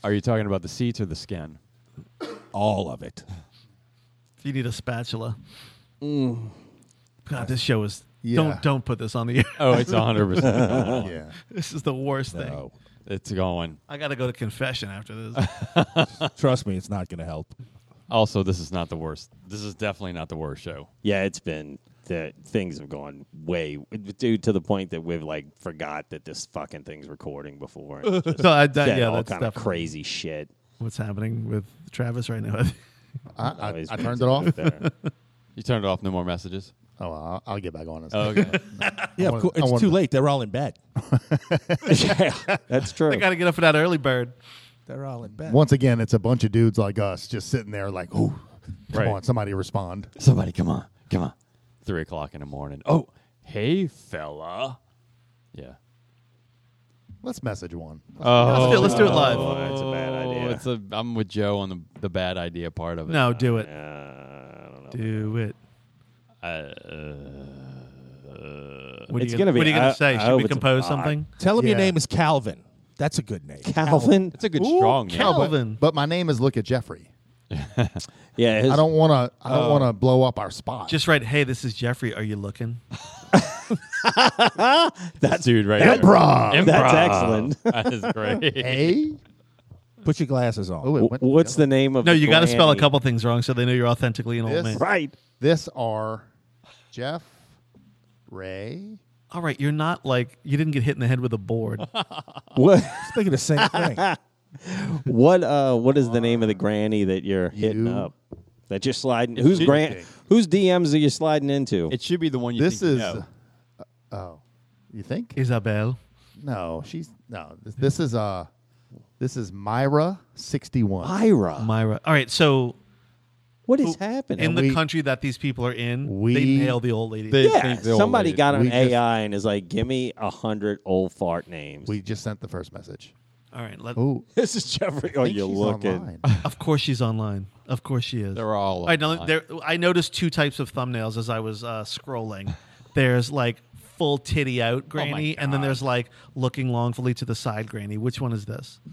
Are you talking about the seats or the skin?
All of it.
you need a spatula.
Mm.
God, this show is.
Yeah.
Don't don't put this on the air. [LAUGHS]
Oh, it's 100%. [LAUGHS]
Yeah.
This is the worst thing.
No.
it's going.
I got to go to confession
[LAUGHS]
after this.
Trust me, it's not going to help.
Also, this is not the worst. This is definitely not the worst show.
Yeah, it's been the things have gone way dude to the point that we've like forgot that this fucking thing's recording before.
[LAUGHS]
And just
so I, that,
said
yeah,
all
that's
kind of
definitely
crazy
[LAUGHS]
shit.
what's happening with Travis right now. [LAUGHS]
I, I,
Always
I
brings
turned it
[LAUGHS]
off.
up there.
You turned it off. No more messages.
Oh, I'll, I'll get back on it.
Okay.
Yeah,
wanna-
of course.
I
It's
wanna-
too late. They're all in bed.
yeah, that's true.
I got to get up for that early bird.
They're all in bed.
Once again, it's a bunch of dudes like us just sitting there like, oh, come
Right.
on, somebody respond.
[LAUGHS] Somebody, come on. Come on. Three o'clock in the morning. Oh, hey, fella. Yeah.
Let's message one.
Let's do it, let's do it live.
Oh, that's a bad
Oh,
idea.
it's a. I'm with Joe on the, the bad idea part of it.
No, do it.
Uh, I don't know. uh,
Do it. What are
It's
you
gonna be-
What are you gonna
I-
say?
I
Should
hope
we
it's a
compose
bot.
something?
Tell him your
Yeah.
name is Calvin. That's a good name.
Calvin.
It's a good strong name.
Cal-
But-
Calvin.
But my name is Look at Jeffrey.
Yeah, his,
[LAUGHS]
I don't want to. I don't want to blow up our spot.
Oh. Just write, hey, this is Jeffrey. Are you looking?
That dude right
Improv.
there.
That's
Improv.
excellent.
[LAUGHS] That is great.
Hey,
Put your glasses on.
Eh? oh, it went
What's the name of
No, you got to spell a
granny?
couple things wrong so they know you're authentically an old
This-
man.
Right.
this are Jeff Ray.
All right, you're not like you didn't get hit in the head with a board.
What?
Just thinking the same thing.
[LAUGHS]
What? Uh, what is the name of the granny that you're hitting
You-
up? That you're sliding. Who's
Dude
gran?
King. Who's
Whose DMs are you sliding into?
It should be the one you
This is.
think you know.
oh, you think?
Isabel,
No, she's no. This, this is uh, this is Myra sixty one.
Myra.
Myra. All right, so
what is happening?
in the
we-
country that these people are in, they
we-
nail the old lady.
They
yeah,
think the old
somebody
lady-
got an
We just-
AI and is like, "Give me a hundred old fart names."
We just sent the first message.
All right, let,
Oh,
[LAUGHS] this is Jeffrey. Oh,
I think
you
she's
looking?
online.
of course she's online. Of course she is.
They're all.
All right, now
online.
there, I noticed two types of thumbnails as I was uh, scrolling. There's like full titty out granny, and then
God.
there's like looking longfully to the side granny. Which one is this?
[LAUGHS]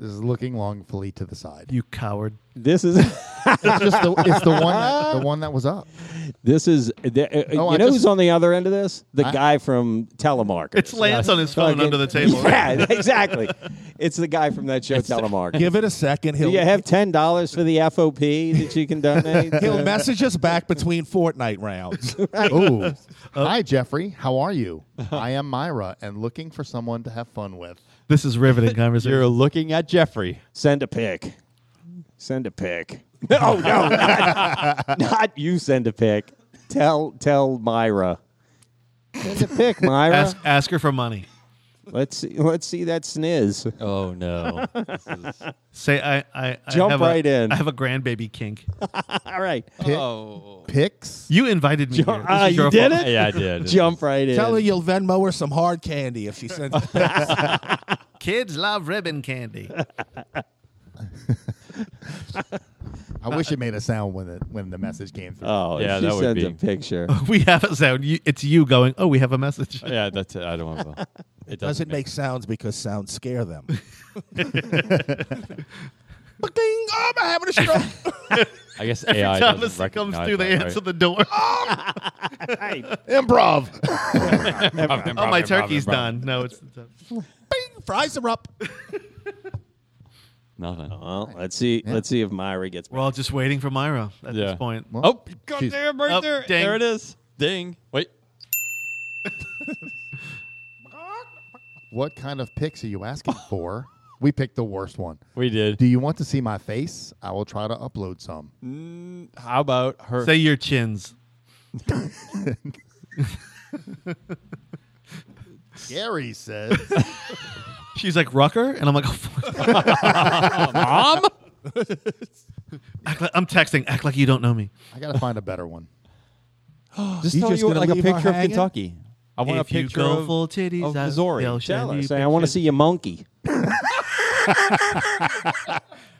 This is looking longfully to the side.
You coward.
This is [LAUGHS]
It's just the, it's the one that, the one that was up.
this is. The, uh,
Oh,
you
I
know
just-
who's on the other end of this? The guy from Telemarketers.
It's Lance on his phone
Fucking-
under the table.
[LAUGHS]
[LAUGHS]
Yeah, exactly. It's the guy from that show, Telemarketers.
Give it a second.
Do
He'll
you have ten dollars for the FOP that you can
[LAUGHS]
donate?
he'll message us back between
[LAUGHS]
Fortnite rounds.
Oh, hi Jeffrey. How are you? I am Myra and looking for someone to have fun with.
This is riveting conversation.
[LAUGHS] You're looking at Jeffrey.
Send a pic. Send a pic. [LAUGHS] No, no, not, [LAUGHS] not you. Send a pic. Tell tell Myra. Send a pic, Myra.
[LAUGHS]
ask, ask her for money.
Let's see, let's see that sniz.
[LAUGHS]
Oh no.
Say I, I, I
Jump
have a-
right in.
I have a grandbaby
[LAUGHS]
kink.
All right,
Pic,
oh.
Pics.
You invited me. here. This
Ah,
is your
you did
fault.
it.
Yeah, I did.
Jump right in.
Tell her you'll Venmo her some hard candy if she sends.
Kids love ribbon candy. [LAUGHS]
I wish it made a sound when it when the message came through.
Oh, if
Yeah,
she
that would
sends a
be-
picture.
we have a sound. You, it's you going. Oh, we have a message.
Yeah, that's it. I don't want to. It doesn't [LAUGHS]
Doesn't make sounds because sounds scare them. Ba-ding! Oh, I'm having a stroke.
I guess
Every
AI
time
doesn't
Lisa comes
recognize
through, they
that,
answer
right?
the
[LAUGHS]
door.
Improv.
oh, my turkey's done. No, it's.
Bing! Fries are up.
Nothing.
Well, let's see. Let's see if Myra gets.
We're all just waiting for Myra at
Yeah.
this point.
Well,
Oh, goddamn! Right
Oh,
there.
ding.
There it is. Ding. Wait.
What kind of picks are you asking for? we picked the worst one.
We did.
Do you want to see my face? I will try to upload some.
How about her?
Say your chins.
Gary says,
She's like Rucker, and I'm like, oh, fuck.
[LAUGHS] mom?
[LAUGHS] Act like- I'm texting. Act like you don't know me.
I got to find a better one.
Just
You
tell
just
you what,
gonna
like a
leave her
picture of
hanging?
Kentucky. I want
if
a
you
picture
go
of,
full titties,
of
I-
Missouri.
they'll show
Tell her.
you
Say, eh? I want to
pictures."
see your monkey.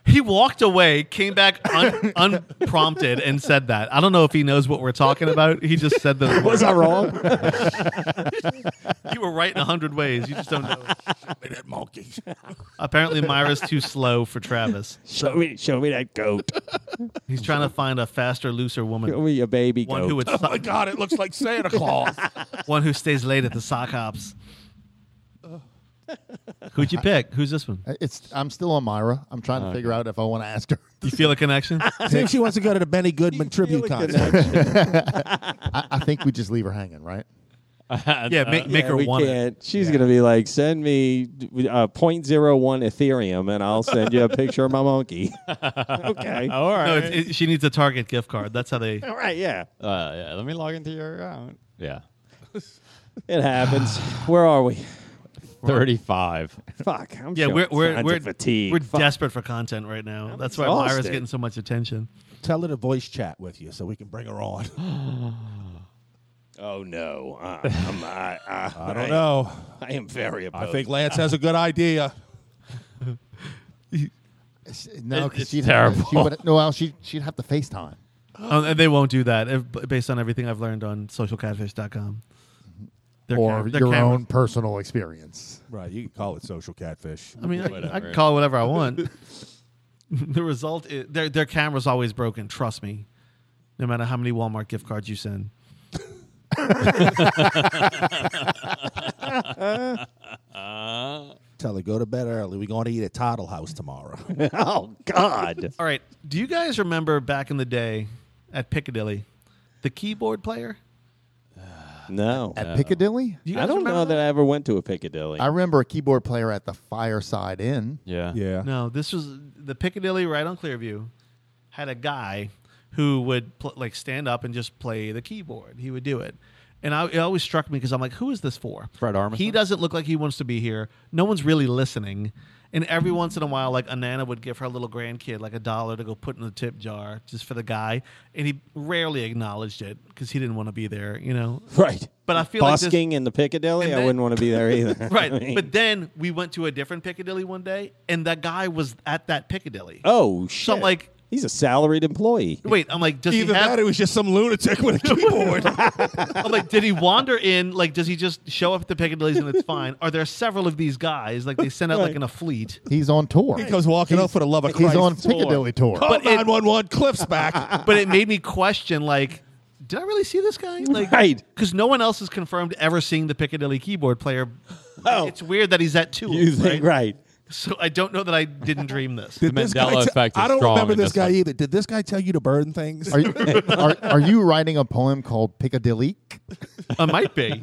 He walked away, came back un- [LAUGHS] unprompted, and said that. I don't know if he knows what we're talking about. He just said that.
Was I wrong?
[LAUGHS] You were right in a hundred ways. You just don't know.
Look at that monkey.
Apparently, Myra's too slow for Travis.
show me, show me that goat.
He's trying to find a faster, looser
show
woman.
me your baby
One
goat.
who would,
Oh my God! It looks like Santa
[LAUGHS]
Claus.
one who stays late at the sock hops. Who'd you pick? Who's this one?
It's I'm still on Myra. I'm trying to figure out if I want to ask her.
You feel
[LAUGHS]
a connection?
I think she wants to go to the Benny Goodman
Feel
tribute
a
concert.
connection.
I, I think we just leave her hanging, right?
Yeah, ma- make
Uh, Yeah,
her
we
want it.
can't. She's gonna be like, send me uh, 0.01 Ethereum, and I'll send you a picture of my
[LAUGHS]
monkey. okay.
All right.
No, it's, it, she needs a Target gift card. That's how they.
All right. Yeah.
uh, yeah, let me log into your account. Yeah.
It happens. Where are we?
35.
Fuck. I'm
Yeah,
showing
we're we're
signs
we're,
of fatigue.
we're
Fuck.
desperate for content right now. That's why Myra's
exhausted.
getting so much attention.
Tell her to voice chat with you so we can bring her on.
Oh no. Uh, I'm, I, uh,
[LAUGHS]
I,
I don't know.
I am very
I
opposed.
think Lance has a good idea.
No,
It-
because
it's
she'd
terrible.
Have to, she would, no, well, she she'd have to FaceTime.
Oh, and they won't do that if, based on everything I've learned on socialcatfish.com. Their
or
cam- their
your
cameras-
own personal experience.
Right, you can call it social catfish.
I mean, I, I
Whatever.
can call it
[LAUGHS]
whatever I want. [LAUGHS] the result is their their camera's always broken. Trust me, no matter how many Walmart gift cards you send.
Tell her go to bed early. We're going to eat at Toddle House tomorrow.
[LAUGHS] Oh God.
All right, do you guys remember back in the day at Piccadilly, the keyboard player?
No.
At Piccadilly?
Do you guys
I don't
remember
know that I ever went to a Piccadilly.
I remember a keyboard player at the Fireside Inn.
Yeah.
[LAUGHS] yeah.
No, this was the Piccadilly right on Clearview had a guy who would pl- like stand up and just play the keyboard. He would do it. And I, it always struck me because I'm like, who is this for?
Fred Armisen?
He doesn't look like he wants to be here. No one's really listening. And every once in a while, like a nana would give her little grandkid like a dollar to go put in the tip jar just for the guy, and he rarely acknowledged it because he didn't want to be there, you know.
[LAUGHS] right.
But I feel like this-
busking in the Piccadilly.
And
I
then-
wouldn't want to be there either.
[LAUGHS]
[LAUGHS]
Right.
I mean-
but then we went to a different Piccadilly one day, and that guy was at that Piccadilly.
oh shit.
I'm like-
he's a salaried
[LAUGHS]
employee.
Wait, I'm like, does
Either
he have?
that or it was just some lunatic with a keyboard.
I'm like, did he wander in? Like, does he just show up at the Piccadillys
[LAUGHS]
and it's fine? Are there several of these guys? Like, they send out like in a fleet.
He's on tour.
he comes walking up for the love of
He's
Christ.
on Piccadilly tour.
Call
But it-
911. Cliff's back.
But it made me question, like, did I really see this guy? Like,
Right.
Because no one else has confirmed ever seeing the Piccadilly keyboard player.
Oh.
It's weird that he's at two.
You think
right?
right?
So I don't know that I didn't dream this.
Did
The
this guy
Mandela
te-
effect is
I don't
strong
remember
in
this
this
guy
one.
either. Did this guy tell you to burn things?
[LAUGHS]
Are you, are, are you writing a poem called Piccadilly?
I might be.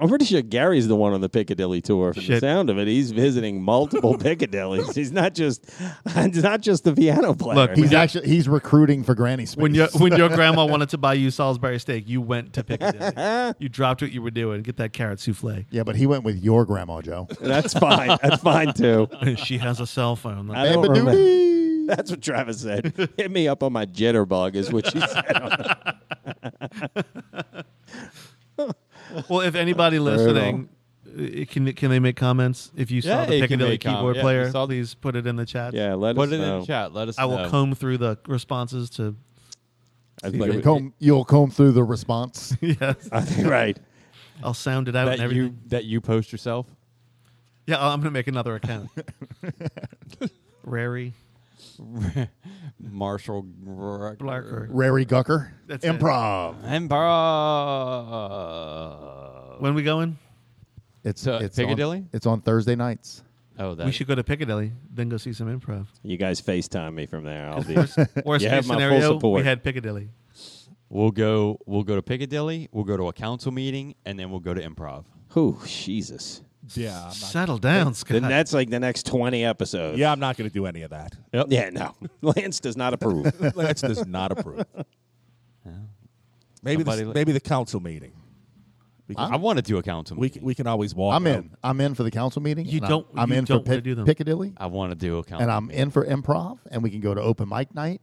I'm pretty sure Gary's the one on the Piccadilly tour. From the
Shit.
sound of it, he's visiting
[LAUGHS]
multiple Piccadillys. He's not just, [LAUGHS] he's not just the piano player.
Look,
He's actually he's recruiting for Granny Smith.
When your when your grandma wanted to buy you Salisbury steak, you went
[LAUGHS]
to Piccadilly. you dropped what you were doing. Get that carrot souffle.
yeah, but he went with your grandma, Joe.
that's
[LAUGHS]
fine. That's fine too.
[LAUGHS] she has a cell phone.
[LAUGHS] I don't
Babadoodie.
remember. That's what Travis said. Hit me up on my jitterbug is what she said.
Well, if anybody listening, uh, can can they make comments? If you saw
Yeah,
the
you can
Piccadilly
make comment.
keyboard
Yeah, if
player,
you saw the-
please put it in the chat.
Yeah, let
Put
us
it in
know.
the chat. Let us
I will
know.
comb through the responses to. [LAUGHS]
I
You'll
think,
comb, you'll comb through the
[LAUGHS]
response.
Yes,
I think [LAUGHS] right.
I'll sound it out and
that
everything.
you that you post yourself.
[LAUGHS]
Yeah, I'm gonna make another account. Rary
Marshall Gr-
Blarker.
Rary Gucker.
That's it.
Improv.
Emperor.
When we going?
It's
So,
it's
Piccadilly?
On, it's on Thursday nights.
Oh, that.
We should go to Piccadilly, then go see some
[LAUGHS]
improv.
You guys FaceTime me from there.
[LAUGHS]
I'll be. [LAUGHS]
Worst
You
case
have my full
scenario, we
support.
had Piccadilly.
We'll go. We'll go to Piccadilly. We'll go to a council meeting, and then we'll go to improv.
Whew, Jesus.
Yeah, I'm not,
Settle down, Scott.
Then that's like the next 20 episodes.
yeah, I'm not going to do any of that.
Yeah, no. [LAUGHS] Lance does not approve.
[LAUGHS]
Lance does not approve. Maybe
Somebody
the,
li-
maybe the council meeting.
I want to do a council
We
meeting.
can, we can always walk.
I'm
out.
in. I'm in for the council meeting.
You
and I'm-
don't-
I'm,
you
in
don't
for
wanna
Pic-
do them.
Piccadilly,
I want to do a council.
and I'm
meeting.
in for improv, and we can go to open mic night.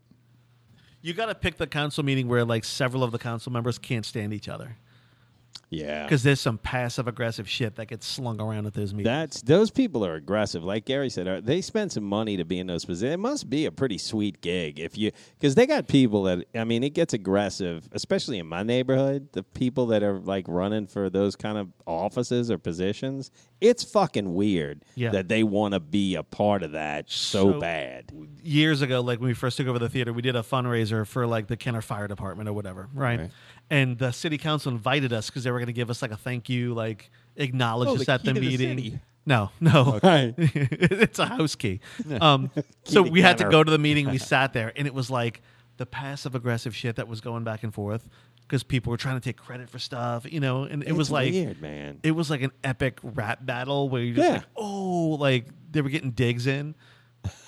you got to pick the council meeting where like several of the council members can't stand each other
yeah.
because there's some passive aggressive shit that gets slung around at those meetings.
That's those people are aggressive. Like Gary said, uh, they spend some money to be in those positions. It must be a pretty sweet gig if you because they got people that I mean, it gets aggressive, especially in my neighborhood. The people that are like running for those kind of offices or positions, it's fucking weird
Yeah.
that they want to be a part of that so,
So-
bad.
years ago, like when we first took over the theater, we did a fundraiser for like the Kenner Fire Department or whatever, right?
Right.
And the city council invited us because they were going to give us like a thank you, like acknowledge
Oh,
us
the
at
key
the
to the
meeting.
city.
No, no,
Right.
[LAUGHS] it's a house
[LAUGHS]
key. Um, so
to
we had to
Kenner.
go to the meeting. We sat there, and it was like the passive aggressive shit that was going back and forth because people were trying to take credit for stuff, you know. And it was
It's
like
weird, man.
it was like an epic rap battle where you just
Yeah.
like, oh, like they were getting digs in.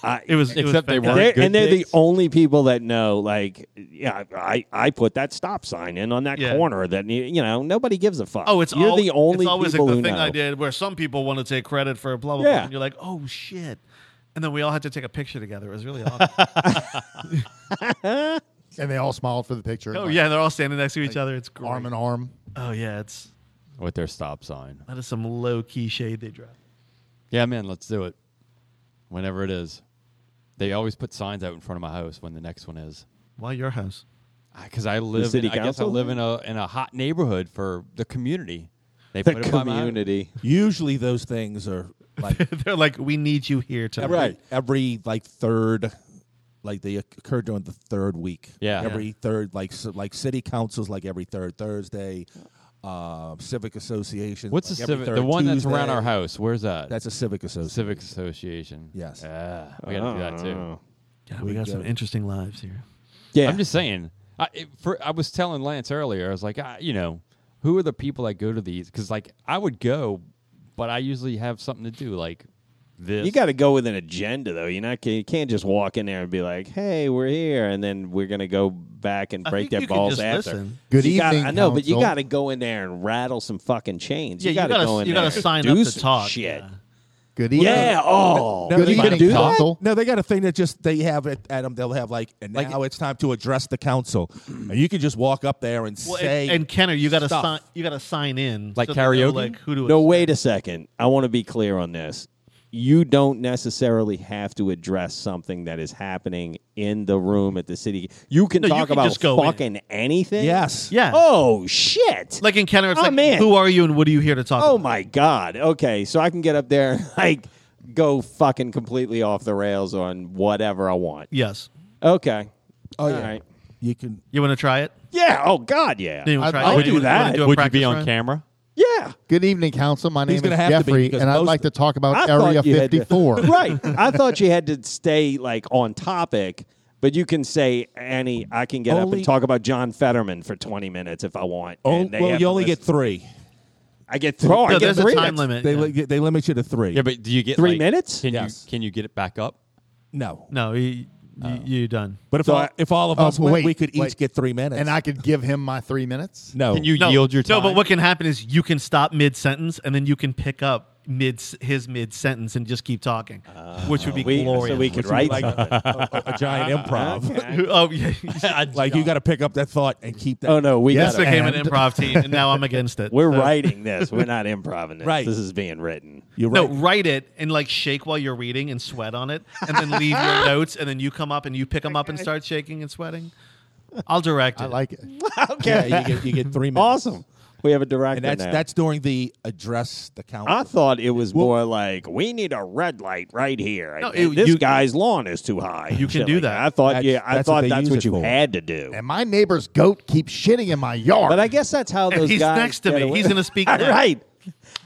I-
It was it was
E Except they weren't
fantastic.
They're-
good
and they're
dates?
the only people that know. Like, yeah, I, I put that stop sign in on that
Yeah.
corner. That you, you know nobody gives a fuck.
Oh, it's
you're
all,
the only
It's always
people
like the
who
thing
know.
I did where some people want to take credit for blah blah. blah
Yeah.
And you're like, oh shit, and then we all had to take a picture together. It was
[LAUGHS]
really awkward.
And they all smiled for the picture.
oh
like,
yeah, they're all standing next to each other. It's great.
arm in arm.
oh yeah, it's
with their stop sign.
that is some low key shade they drop.
Yeah, man, let's do it. Whenever it is, they always put signs out in front of my house when the next one is.
Why your house? [LAUGHS]
Because I live,
city
in, I guess I
council?
live in a in a hot neighborhood for the community. They
the
put it by my house.
community.
Usually those things are
[LAUGHS]
like
they're like, we need you here tonight.
every, every like third like they occur during the third week
Yeah.
every third like so, like city councils like every third thursday uh, civic associations
What's
like
the
every
civic?
third
The one that's around
Tuesday.
our house. Where's that?
that's a civic association
Civic Association.
Yes.
Yeah, we gotta do that
Oh.
too.
God, we got some interesting lives here.
Yeah,
I'm just saying. I it- for I was telling Lance earlier. I was like, I, you know, who are the people that go to these? Because like I would go, but I usually have something to do, like this.
you got to go with an agenda though. You're not. You can't just walk in there and be like, "Hey, we're here," and then we're gonna go back and
I
break
think
their
you can
balls
just
after.
listen.
Good
You gotta-
evening,
I know, but you
council.
got to go in there and rattle some fucking chains.
Yeah,
you got to
gotta-
go in
you
there.
gotta sign
do
up to
some
talk.
Shit.
Yeah.
Good
Yeah.
evening.
Oh,
No,
Good
they
evening,
do that?
council.
No, they got a thing that just they have it at them. They'll have like, and
Like-
now it's time to address the council. And you can just walk up there and
Well,
say,
and, and Kenner, you got to
stuff.
sign. You got to sign in
Like
so they know,
karaoke?
like who to
No, wait a second. I want to be clear on this. You don't necessarily have to address something that is happening in the room at the city. You can
No, you
talk
can
about
just go in.
fucking anything.
yes,
Yeah.
Oh shit.
Like in Kenner, it's
Oh,
like,
man.
who are you and what are you here to talk?
oh
about?
my god. Okay, so I can get up there and [LAUGHS] like go fucking completely off the rails on whatever I want.
Yes,
Okay.
oh yeah,
All right.
you can.
you want to try it?
Yeah. Oh god. Yeah.
You wanna
I'd-
try it?
I'll
You wanna-
do
you wanna
that.
do a
would you
practice
be on
run?
camera?
Yeah.
Good evening, council. My
He's
name
gonna
is
have to be,
Jeffrey,
because
and I'd
most-
like to talk about
I
Area
thought you had to- [LAUGHS]
54.
right. I thought you had to stay like on topic, but you can say any. I can get up
Only-
and talk about John Fetterman for twenty minutes if I want.
Oh,
and they
well,
have
you
to
only
listen.
get three.
I get three. Oh, I
No,
get
there's a
three
time
minutes.
limit.
They
yeah.
li- they limit you to three.
Yeah, but do you get
Three
like,
minutes?
Can
Yes.
you can you get it back up?
no.
No, you, you,
Oh.
you done.
But if
So
all,
I-
if all of
Oh,
us went,
wait,
we could each
wait.
get three minutes.
And I could give him my three minutes.
Oh.
no. [LAUGHS]
Can you
No,
yield your time?
No, but what can happen is you can stop mid sentence and then you can pick up mid his mid sentence and just keep talking, which
Uh,
would be
We,
glorious.
so we could write
like
something.
a, a- a
[LAUGHS]
giant improv?
[LAUGHS] oh yeah, [LAUGHS]
like you got to pick up that thought and keep that.
Oh no, we
Yes,
this
got.
became an
and-
improv team, and now I'm against
[LAUGHS]
it.
We're
So-
writing this. We're not improvising this.
Right.
This is being written.
You're
No,
right.
write it and like shake while you're reading and sweat on it, and then leave
[LAUGHS]
your notes, and then you come up and you pick them up and start shaking and sweating. I'll direct it.
I like it.
Yeah, you get, you get three minutes.
Awesome. We have a director
and that's
now.
that's during the address the council.
I thought it was more like we need a red light right here.
No,
and
it-
this
you-
guy's lawn is too high. and
You can
shit
do
like
that.
I thought
That's-
yeah, I
that's what
thought
they
that's
use
what
it
you
for.
had to do.
And my neighbor's goat keeps shitting in my yard.
But I guess that's how
And
those
he's
guys
next to
get
me.
away-
He's
[LAUGHS]
gonna speak next.
right.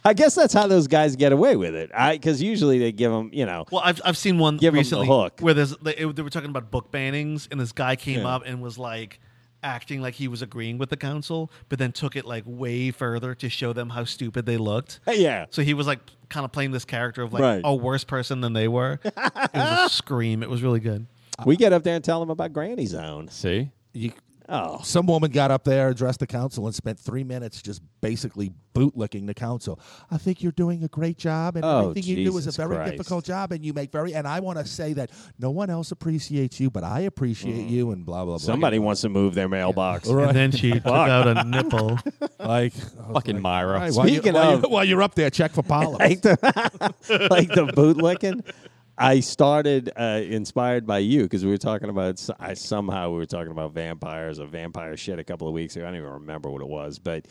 I guess that's how those guys get away with it. I because usually they give them, you know,
Well, I've, I've seen one
Give 'em the
recently
hook.
where there's they, it- they were talking about book bannings, and this guy came up and was like acting like he was agreeing with the council, but then took it like way further to show them how stupid they looked.
[LAUGHS] yeah.
So he was like kind of playing this character of like
Right.
a worse person than they were. it
[LAUGHS]
was a scream. It was really good.
We get up there and tell them about Granny Zone.
See?
You-
Oh,
some woman got up there, addressed the council, and spent three minutes just basically bootlicking the council. I think you're doing a great job, and
Oh,
everything you do is a
Jesus
very
Christ.
difficult job, and you make very. And I want to say that no one else appreciates you, but I appreciate you, and blah blah blah.
Mm. somebody wants to move their mailbox.
Right.
And
[LAUGHS]
then she took out a nipple.
like oh, I was
Fucking
like,
Myra.
all right, while, you,
Speaking
while, you,
of-
while you're up there, check for [LAUGHS] polyps.
like the [LAUGHS] like the bootlicking. I started uh, inspired by you because we were talking about s- I somehow we were talking about vampires or vampire shit a couple of weeks ago. I don't even remember what it was, but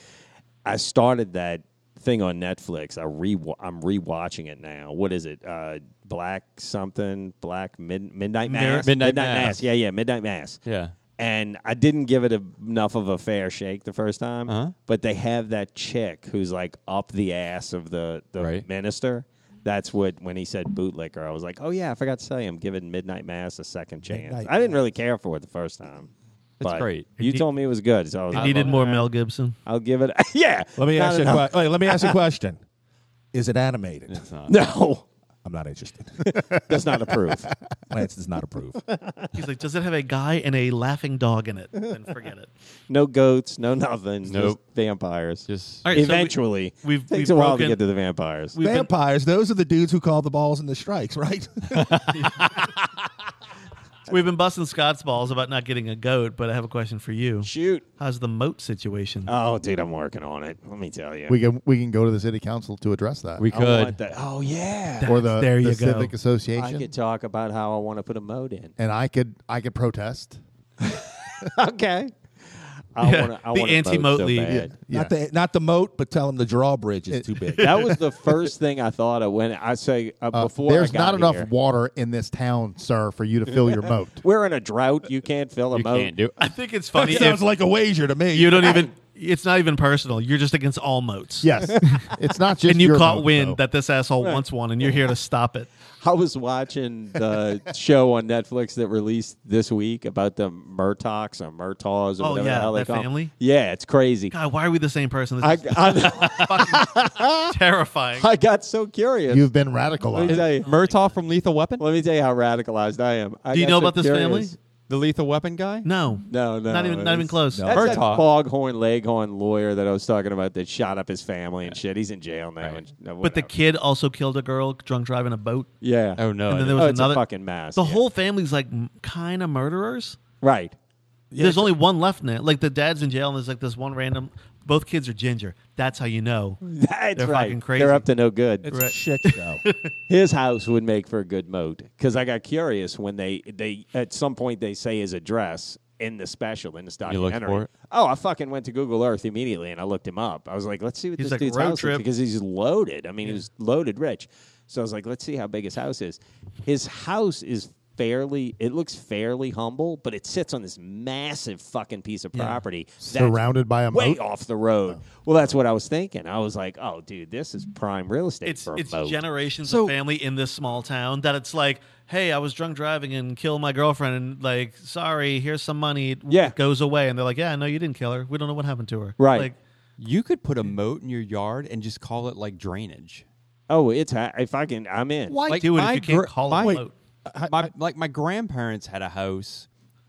I started that thing on Netflix. I re I'm rewatching it now. What is it? Uh, Black something? Black mid- midnight
Mir-
mass?
Midnight
mass.
Mass.
Yeah, yeah, midnight mass
Yeah.
and I didn't give it a, enough of a fair shake the first time.
Uh-huh.
But they have that chick who's like up the ass of the the
Right.
minister. That's what when he said bootlicker, I was like, oh yeah, I forgot to say I'm giving Midnight Mass a second chance.
Midnight
I didn't really care for it the first time.
It's
but
great.
You
It-
told me it was good, so I was
It
like,
needed
"All
more
right,
Mel Gibson.
I'll give it. [LAUGHS] yeah.
Let me
Not
ask you. A
enough.
que- wait, let me [LAUGHS] ask you a question. Is it animated?
It's
[LAUGHS]
not.
No,
I'm not [LAUGHS] interested.
that's not approved.
Lance does not approve.
He's like, does it have a guy and a laughing dog in it? Then forget it.
No goats, no nothing.
Nope.
Just vampires.
Just
All right, so we-
Eventually,
we've-
takes
we've
a while
broken-
to get to the vampires.
We've been-
[LAUGHS] Vampires. Those are the dudes who call the balls and the strikes, right? [LAUGHS]
We've been busting Scott's balls about not getting a goat, but I have a question for you.
Shoot.
How's the moat situation?
Oh, dude, I'm working on it. Let me tell you.
we can we can go to the city council to address that,
we
I want
could.
that- Oh yeah.
[LAUGHS] or the,
There
the
you go.
civic
I
association,
could talk about how I want to put a mode in.
and I could I could protest.
[LAUGHS] okay. I
Yeah,
wanna- I
the
want to
anti-moat league. [LAUGHS]
Not the not the moat, but tell them the drawbridge is [LAUGHS] too big.
That was the first thing I thought of when I say uh,
Uh,
before. I
there's
got
not enough
here,
water in this town, sir, for you to fill your moat.
We're in a drought. You can't fill a
You
moat.
can't do
I think it's funny.
sounds
if
like a wager to me.
you don't even. It's not even personal. You're just against all moats.
Yes, it's not just
And you
your
caught
moat,
wind
though.
that this asshole wants one, and you're here to stop it.
I was watching
[LAUGHS]
the show on Netflix that released this week about the Murtocks or Murtaws or
Oh,
whatever
yeah,
the hell they
that
call 'em.
family?
Yeah, it's crazy.
God, why are we the same person?
I,
This is
I, [LAUGHS]
terrifying.
I got so curious.
You've been
let me
radicalized.
tell [LAUGHS]
[LAUGHS]
it. [LAUGHS]
you.
Murtaugh from Lethal Weapon?
Let me tell you how radicalized I am. I
Do you
got
know
so
about this family?
curious.
The Lethal Weapon guy?
No,
No, no,
not even, not
it's-
even close.
no.
That's that
Murtaugh.
foghorn leghorn lawyer that I was talking about that shot up his family and shit. He's in jail now.
Right.
And, no,
But the
whatever.
kid also killed a girl drunk driving a boat.
yeah,
Oh, no.
And then
I
there
oh,
was
it's
another
a fucking mess.
The
yeah.
whole family's like kind of murderers.
right. [LAUGHS]
there's only one left now. Like the dad's in jail, and there's like this one random. Both kids are ginger. That's how you know.
That's
They're
right.
fucking crazy.
They're up to no good.
It's a shit show.
His house would make for a good moat because I got curious when they they at some point they say his address in the special in this
You looked
documentary.
for it?
Oh, I fucking went to Google Earth immediately and I looked him up. I was like, let's see what
He's
this
like,
dude's
road
house
trip.
is because he's loaded. I mean, he was loaded rich. So I was like, let's see how big his house is. His house is fairly it looks fairly humble, but it sits on this massive fucking piece of property. that's
Surrounded by a
way
moat?
off the
Oh.
road. Well, that's what I was thinking. I was like, oh dude, this is prime real estate
It's
for a
it's
moat.
generations
So-
of family in this small town that it's like, hey, I was drunk driving and killed my girlfriend, and like, sorry, here's some money. It
Yeah.
goes away, and they're like, yeah, no, you didn't kill her. We don't know what happened to her.
Right.
Like,
You could put a moat in your yard and just call it like drainage.
Oh, it's ha- if I can, I'm in.
why
Like
do it if
my
you can't
gr-
call
my-
it a moat?
my like my grandparents had a house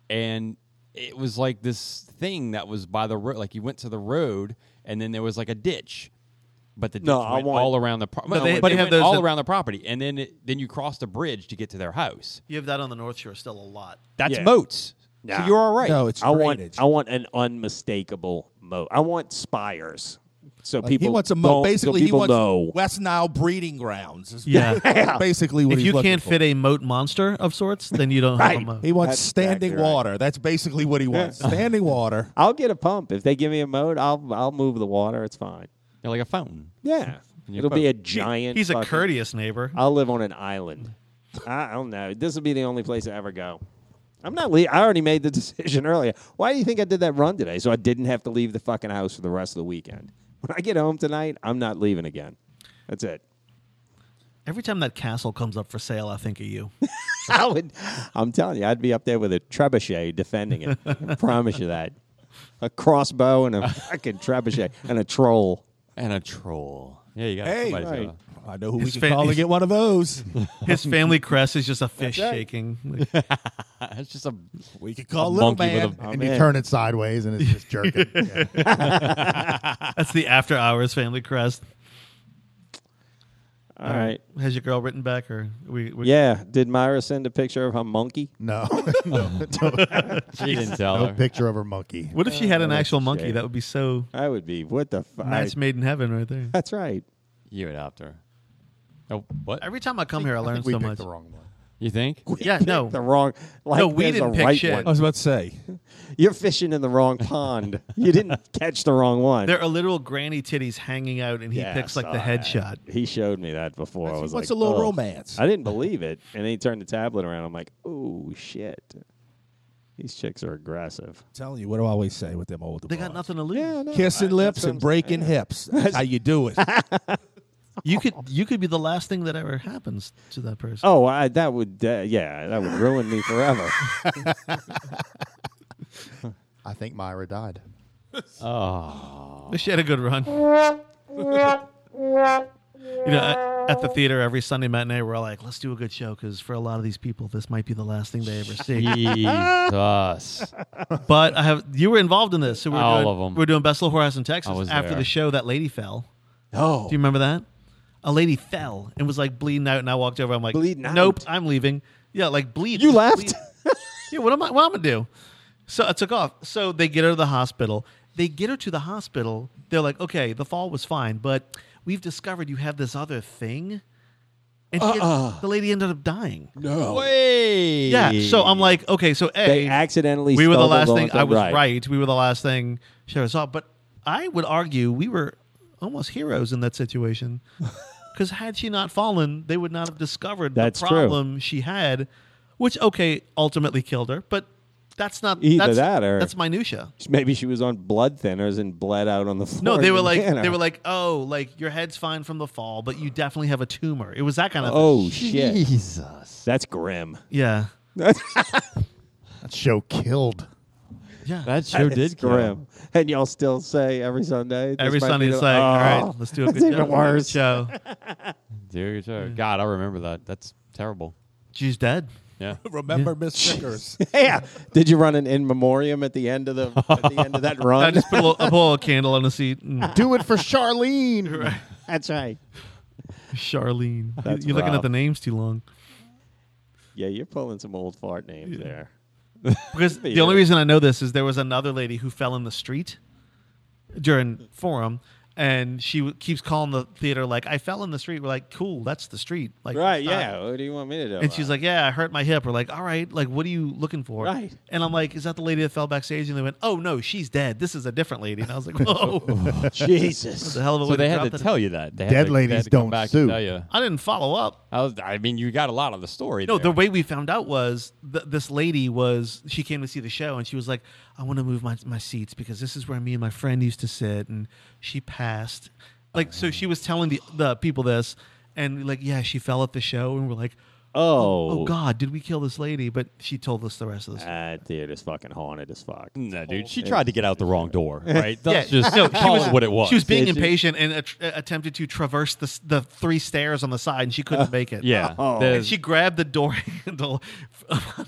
and it was like this thing that was by the road like you went to the road and then there was like a ditch but the ditch
No, I
went
want-
all around the pro- no,
they-
it
they have
went
those
all
in-
around the property and then it, then you crossed a bridge to get to their house
You have that on the North Shore still a lot.
that's
Yeah.
moats
Nah.
so you're all right
No, it's
I
drainage.
want I want an unmistakable moat. I want spires. So
Like,
people
he wants a
don't-
mo-
so
basically he
people
wants
know.
West Nile breeding grounds. Is
Yeah.
[LAUGHS] basically what
if
he's
you
looking
can't
for.
fit a moat monster of sorts, then you don't have a
Right.
moat.
He wants
That's
standing
exactly right.
water. That's basically what he wants. standing water.
I'll get a pump if they give me a moat. I'll I'll move the water. It's fine.
They're like a fountain.
Yeah,
your
it'll be a giant.
He's a
fucking-
courteous neighbor.
I'll live on an
[LAUGHS]
island. I I don't know. This will be the only place I ever go. I'm not. Le- I already made the [LAUGHS] decision earlier. Why do you think I did that run today? So I didn't have to leave the fucking house for the rest of the weekend. When I get home tonight, I'm not leaving again. That's it.
Every time that castle comes up for sale, I think of you.
[LAUGHS] I would. I'm telling you, I'd be up there with a trebuchet defending it.
[LAUGHS]
I promise you that. A crossbow and a fucking trebuchet and a troll.
And a troll. Yeah, you got
Hey,
somebody's
right.
[LAUGHS] gotta-
I know who we
His
can
fa-
call to
his-
get one
[LAUGHS]
of those.
His family crest is just a fish shaking. Like,
It's just a
[LAUGHS]
We could
A
call little
monkey with a-
man.
Oh,
and you
man.
turn it sideways and it's just jerking. Yeah.
That's the after hours family crest.
All right.
Has your girl written back or we? we
Yeah. Did Myra send a picture of her monkey?
No, [LAUGHS]
she didn't tell
no
her.
picture of her monkey.
What if she had an actual
Oh, a
monkey?
shame.
That would be so
I would be. What the fuck?
match made in heaven right there.
That's right.
You adopt her. Oh, what?
Every time I come here, I learn
We
so
picked
much.
the wrong one.
[LAUGHS]
You think?
Yeah, no.
The wrong. Like
No, we
there's
didn't
a
pick
right
shit.
I
one.
was about to say.
You're fishing in the wrong pond. You didn't
[LAUGHS]
catch the wrong one.
There are literal granny titties hanging out, and he
Yeah, I
picks like the
saw
headshot.
he showed me that before. I
He
was
wants
like,
a little
"Ugh."
romance.
I didn't believe it, and then he turned the tablet around. I'm like, oh shit, these chicks are aggressive.
telling you what do I always say with them older
They got
broads.
nothing to lose.
no,
Kissing lips and breaking hips. That's how you do
[LAUGHS]
it.
You could you could be the last thing that ever happens to that person.
Oh, I, that would uh, yeah, that would ruin me
[LAUGHS]
forever.
I think Myra died. Oh.
She had a good
[LAUGHS]
run. you know, at, at the theater every Sunday matinee, we're like, let's do a good show because for a lot of these people, this might be the last thing they ever see. [LAUGHS]
Jesus.
but I have you were involved in this, so we're
All
doing,
of 'em.
We're doing Best Little Horizon, Texas.
I was
After
there.
the show, that lady fell.
Oh.
Do you remember that? A lady fell and was like bleeding out, and I walked over. I'm like,
Bleeding
nope,
out?
I'm leaving. Yeah, like bleed.
You
just
left?
bleed. [LAUGHS] yeah, what am I? What am I gonna do? So I took off. So they get her to the hospital. They get her to the hospital. They're like, okay, the fall was fine, but we've discovered you have this other thing, and she-
Uh-uh.
the lady ended up dying.
Wait.
Oh. Yeah. So I'm like, okay, so a
They accidentally
we were the
stumbled
last thing.
onto-
I was
right.
right. We were the last thing Sheriff saw. But I would argue we were almost heroes in
[LAUGHS]
that situation. Because had she not fallen, they would not have discovered
That's
the
true.
problem she had, which okay ultimately killed her. But that's not
Either
that's,
that or-
that's minutia.
Maybe she was on blood thinners and bled out on the floor.
No,
in
they
the
were like
manor.
they were like, oh, like your head's fine from the fall, but you definitely have a tumor. It was that kind of
oh
thing.
shit,
Jesus.
that's grim.
yeah,
That show killed.
yeah.
That show
It's
did kill.
grim. And y'all still say every Sunday. this
Every
might
Sunday
be
it's
the-
like, all
Oh,
right, let's do a
that's
good
even
show.
worse. [LAUGHS]
show.
Dear show. God, I remember that. That's terrible.
She's dead. [LAUGHS]
Yeah.
Remember Miss Stickers.
Yeah. Did you run an in memoriam at the end of the at the end of
[LAUGHS]
that
I
run?
just put a, little, I put a little candle on the seat.
[LAUGHS]
And
Do it
[LAUGHS]
for Charlene.
That's right.
Charlene.
That's
You're looking
rough.
at the names too long.
Yeah, you're pulling some old fart names there.
Because
Be
the only
it.
reason I know this is there was another lady who fell in the street during forum, and she w- keeps calling the theater like, "I fell in the street." We're like, "Cool, that's the street." Like,
Right,
it's not-
yeah. What do you want me to do?
And she's like, "Yeah, I hurt my hip." We're like, "All right, like, what are you looking for?"
Right.
And I'm like, "Is that the lady that fell backstage?" And they went, "Oh no, she's dead. This is a different lady." And I was like, "Whoa, what [LAUGHS]
Jesus.
the hell of a
So
way
they
to
had
drop
to
that-
tell you that. They had
Dead
to- they
ladies
had to come
don't
back
sue.
And tell you.
I didn't follow up.
I, was, I mean, you got a lot of the story.
No,
there.
the [LAUGHS] way we found out was th- this lady was she came to see the show and she was like, "I want to move my my seats because this is where me and my friend used to sit." And she passed, like so she was telling the the people this, and like yeah, she fell at the show, and we're like,
Oh,
"Oh God, did we kill this lady?" But she told us the rest of the story.
That theater's Ah, fucking haunted as fuck.
No, dude, she tried to get out the wrong door. Right?
[LAUGHS]
That's
yeah,
just
no, she
call
was
it what it was.
She was being
Did you-
impatient and att- attempted to traverse the s- the three stairs on the side, and she couldn't make it.
yeah.
Oh.
The-
And she grabbed the door [LAUGHS] handle.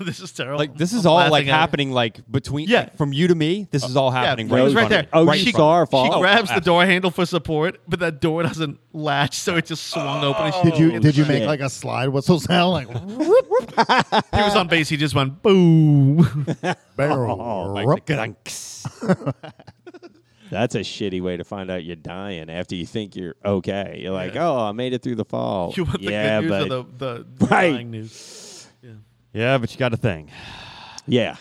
this is terrible.
like this is
I'm
all
laughing
like
at it.
happening like between
Yeah.
like, from you to me. This is all happening
yeah,
right,
it was
in
right
front of
there.
me.
Oh,
Right
you
in
saw
front
her
of me.
fall?
She
Oh,
grabs the door handle for support, but that door doesn't latch, so it just swung open. And she
Did you did you make
shit.
like a slide whistle sound
[LAUGHS]
like
he was on
Ah.
base. He just went boom. [LAUGHS]
barrel?
Oh,
Like
Oh, rup?
the grunks.
That's a shitty way to find out you're dying after you think you're okay. You're like, oh, I made it through the fall.
You want the
yeah,
good news
but
or the,
[LAUGHS]
the
Right.
dying news?
Yeah, but you got a thing.
yeah,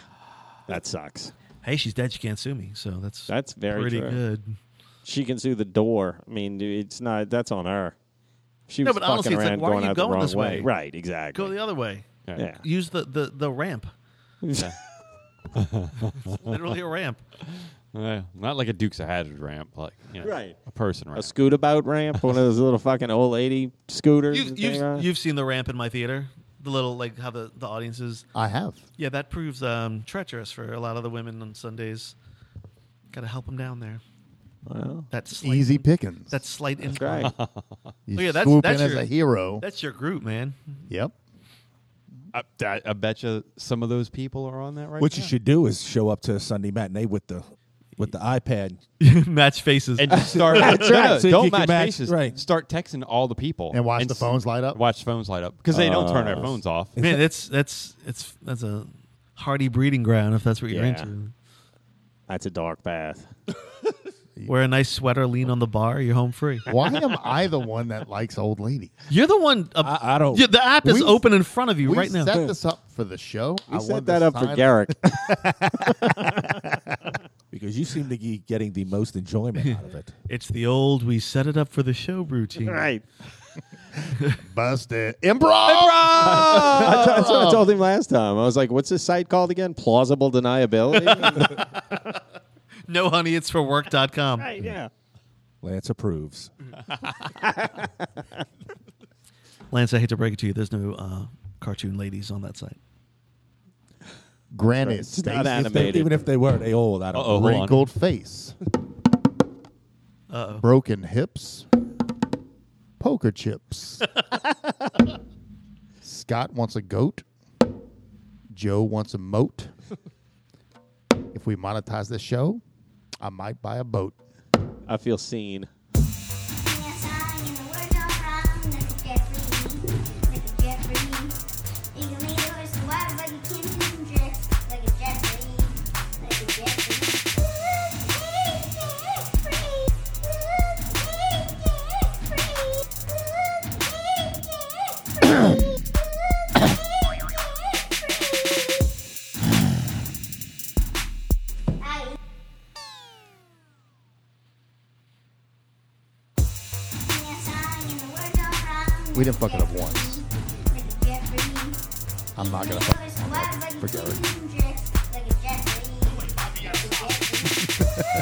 that sucks.
Hey, she's dead. She can't sue me. So that's
That's very
pretty
true.
good.
She can sue the door. I mean, dude, it's not. That's on her. She
No,
was
but
fucking
honestly, it's like,
around
why are
going
you
out
going
the wrong
this way?
Right, exactly.
Go the other way.
yeah.
Use the the, the ramp. Literally
[LAUGHS]
a ramp.
Uh, not like a Dukes of Hazard ramp, like you know,
Right.
a person
A
ramp.
scoot about ramp, one of those little fucking old lady scooters.
You've
that they ride.
you've, you've seen the ramp in my theater. The little like how the the audiences.
I have.
Yeah, that proves um, treacherous for a lot of the women on Sundays. Got to help them down there.
Wow.
That's slight,
Easy pickings.
That slight
That's
incline.
[LAUGHS] right.
You
Oh, yeah, that's-
swoop
that's
in
your-
as a hero.
That's your group, man.
Yep.
I, I, I bet you some of those people are on that right
What
now.
you should do is show up to a Sunday matinee with the with the iPad.
[LAUGHS] Match faces.
and
[LAUGHS]
just [LAUGHS] start.
That's
No,
right.
no,
See if you
don't
can
match
match-
faces.
right.
Start texting all the people
And watch the
s-
phones light up?
Watch phones light up because they don't turn their phones off.
[LAUGHS] man, that's that's it's that's a hardy breeding ground if that's what you're
Yeah.
into.
That's a dark path.
Wear a nice sweater, lean on the bar, you're home free.
Why am I the one that likes old ladies?
[LAUGHS] You're the one. Uh,
I, I don't.
yeah, the app is
We-
open in front of you
We
right now.
set this up for the show.
We
I
set
wanted
that
to
up for
sign-
Garrick.
because you seem to be getting the most enjoyment out
[LAUGHS]
of it.
It's the old we set it up for the show
[LAUGHS]
routine.
right.
Busted. Improv.
I t- that's what I told him last time. I was like, what's this site called again? Plausible deniability?
No, honey, it's for work.com.
right, [LAUGHS] yeah.
Lance approves.
Lance, I hate to break it to you. There's no uh, cartoon ladies on that site.
Granite.
It's not
Stacy's
animated.
Even if they were they old, I don't.
Uh-oh. Hold on.
Wrinkled face. Broken hips. Poker chips. Scott wants a goat. Joe wants a moat. if we monetize this show, I might buy a boat.
I feel seen.
Sing a song and the words are wrong. Look at Jeffrey, look at Jeffrey. You can lead a horse to water, but you can't teach him tricks. Look at Jeffrey, look at Jeffrey. I
We didn't fuck it up once. I'm not gonna fuck
Forget
it.
it.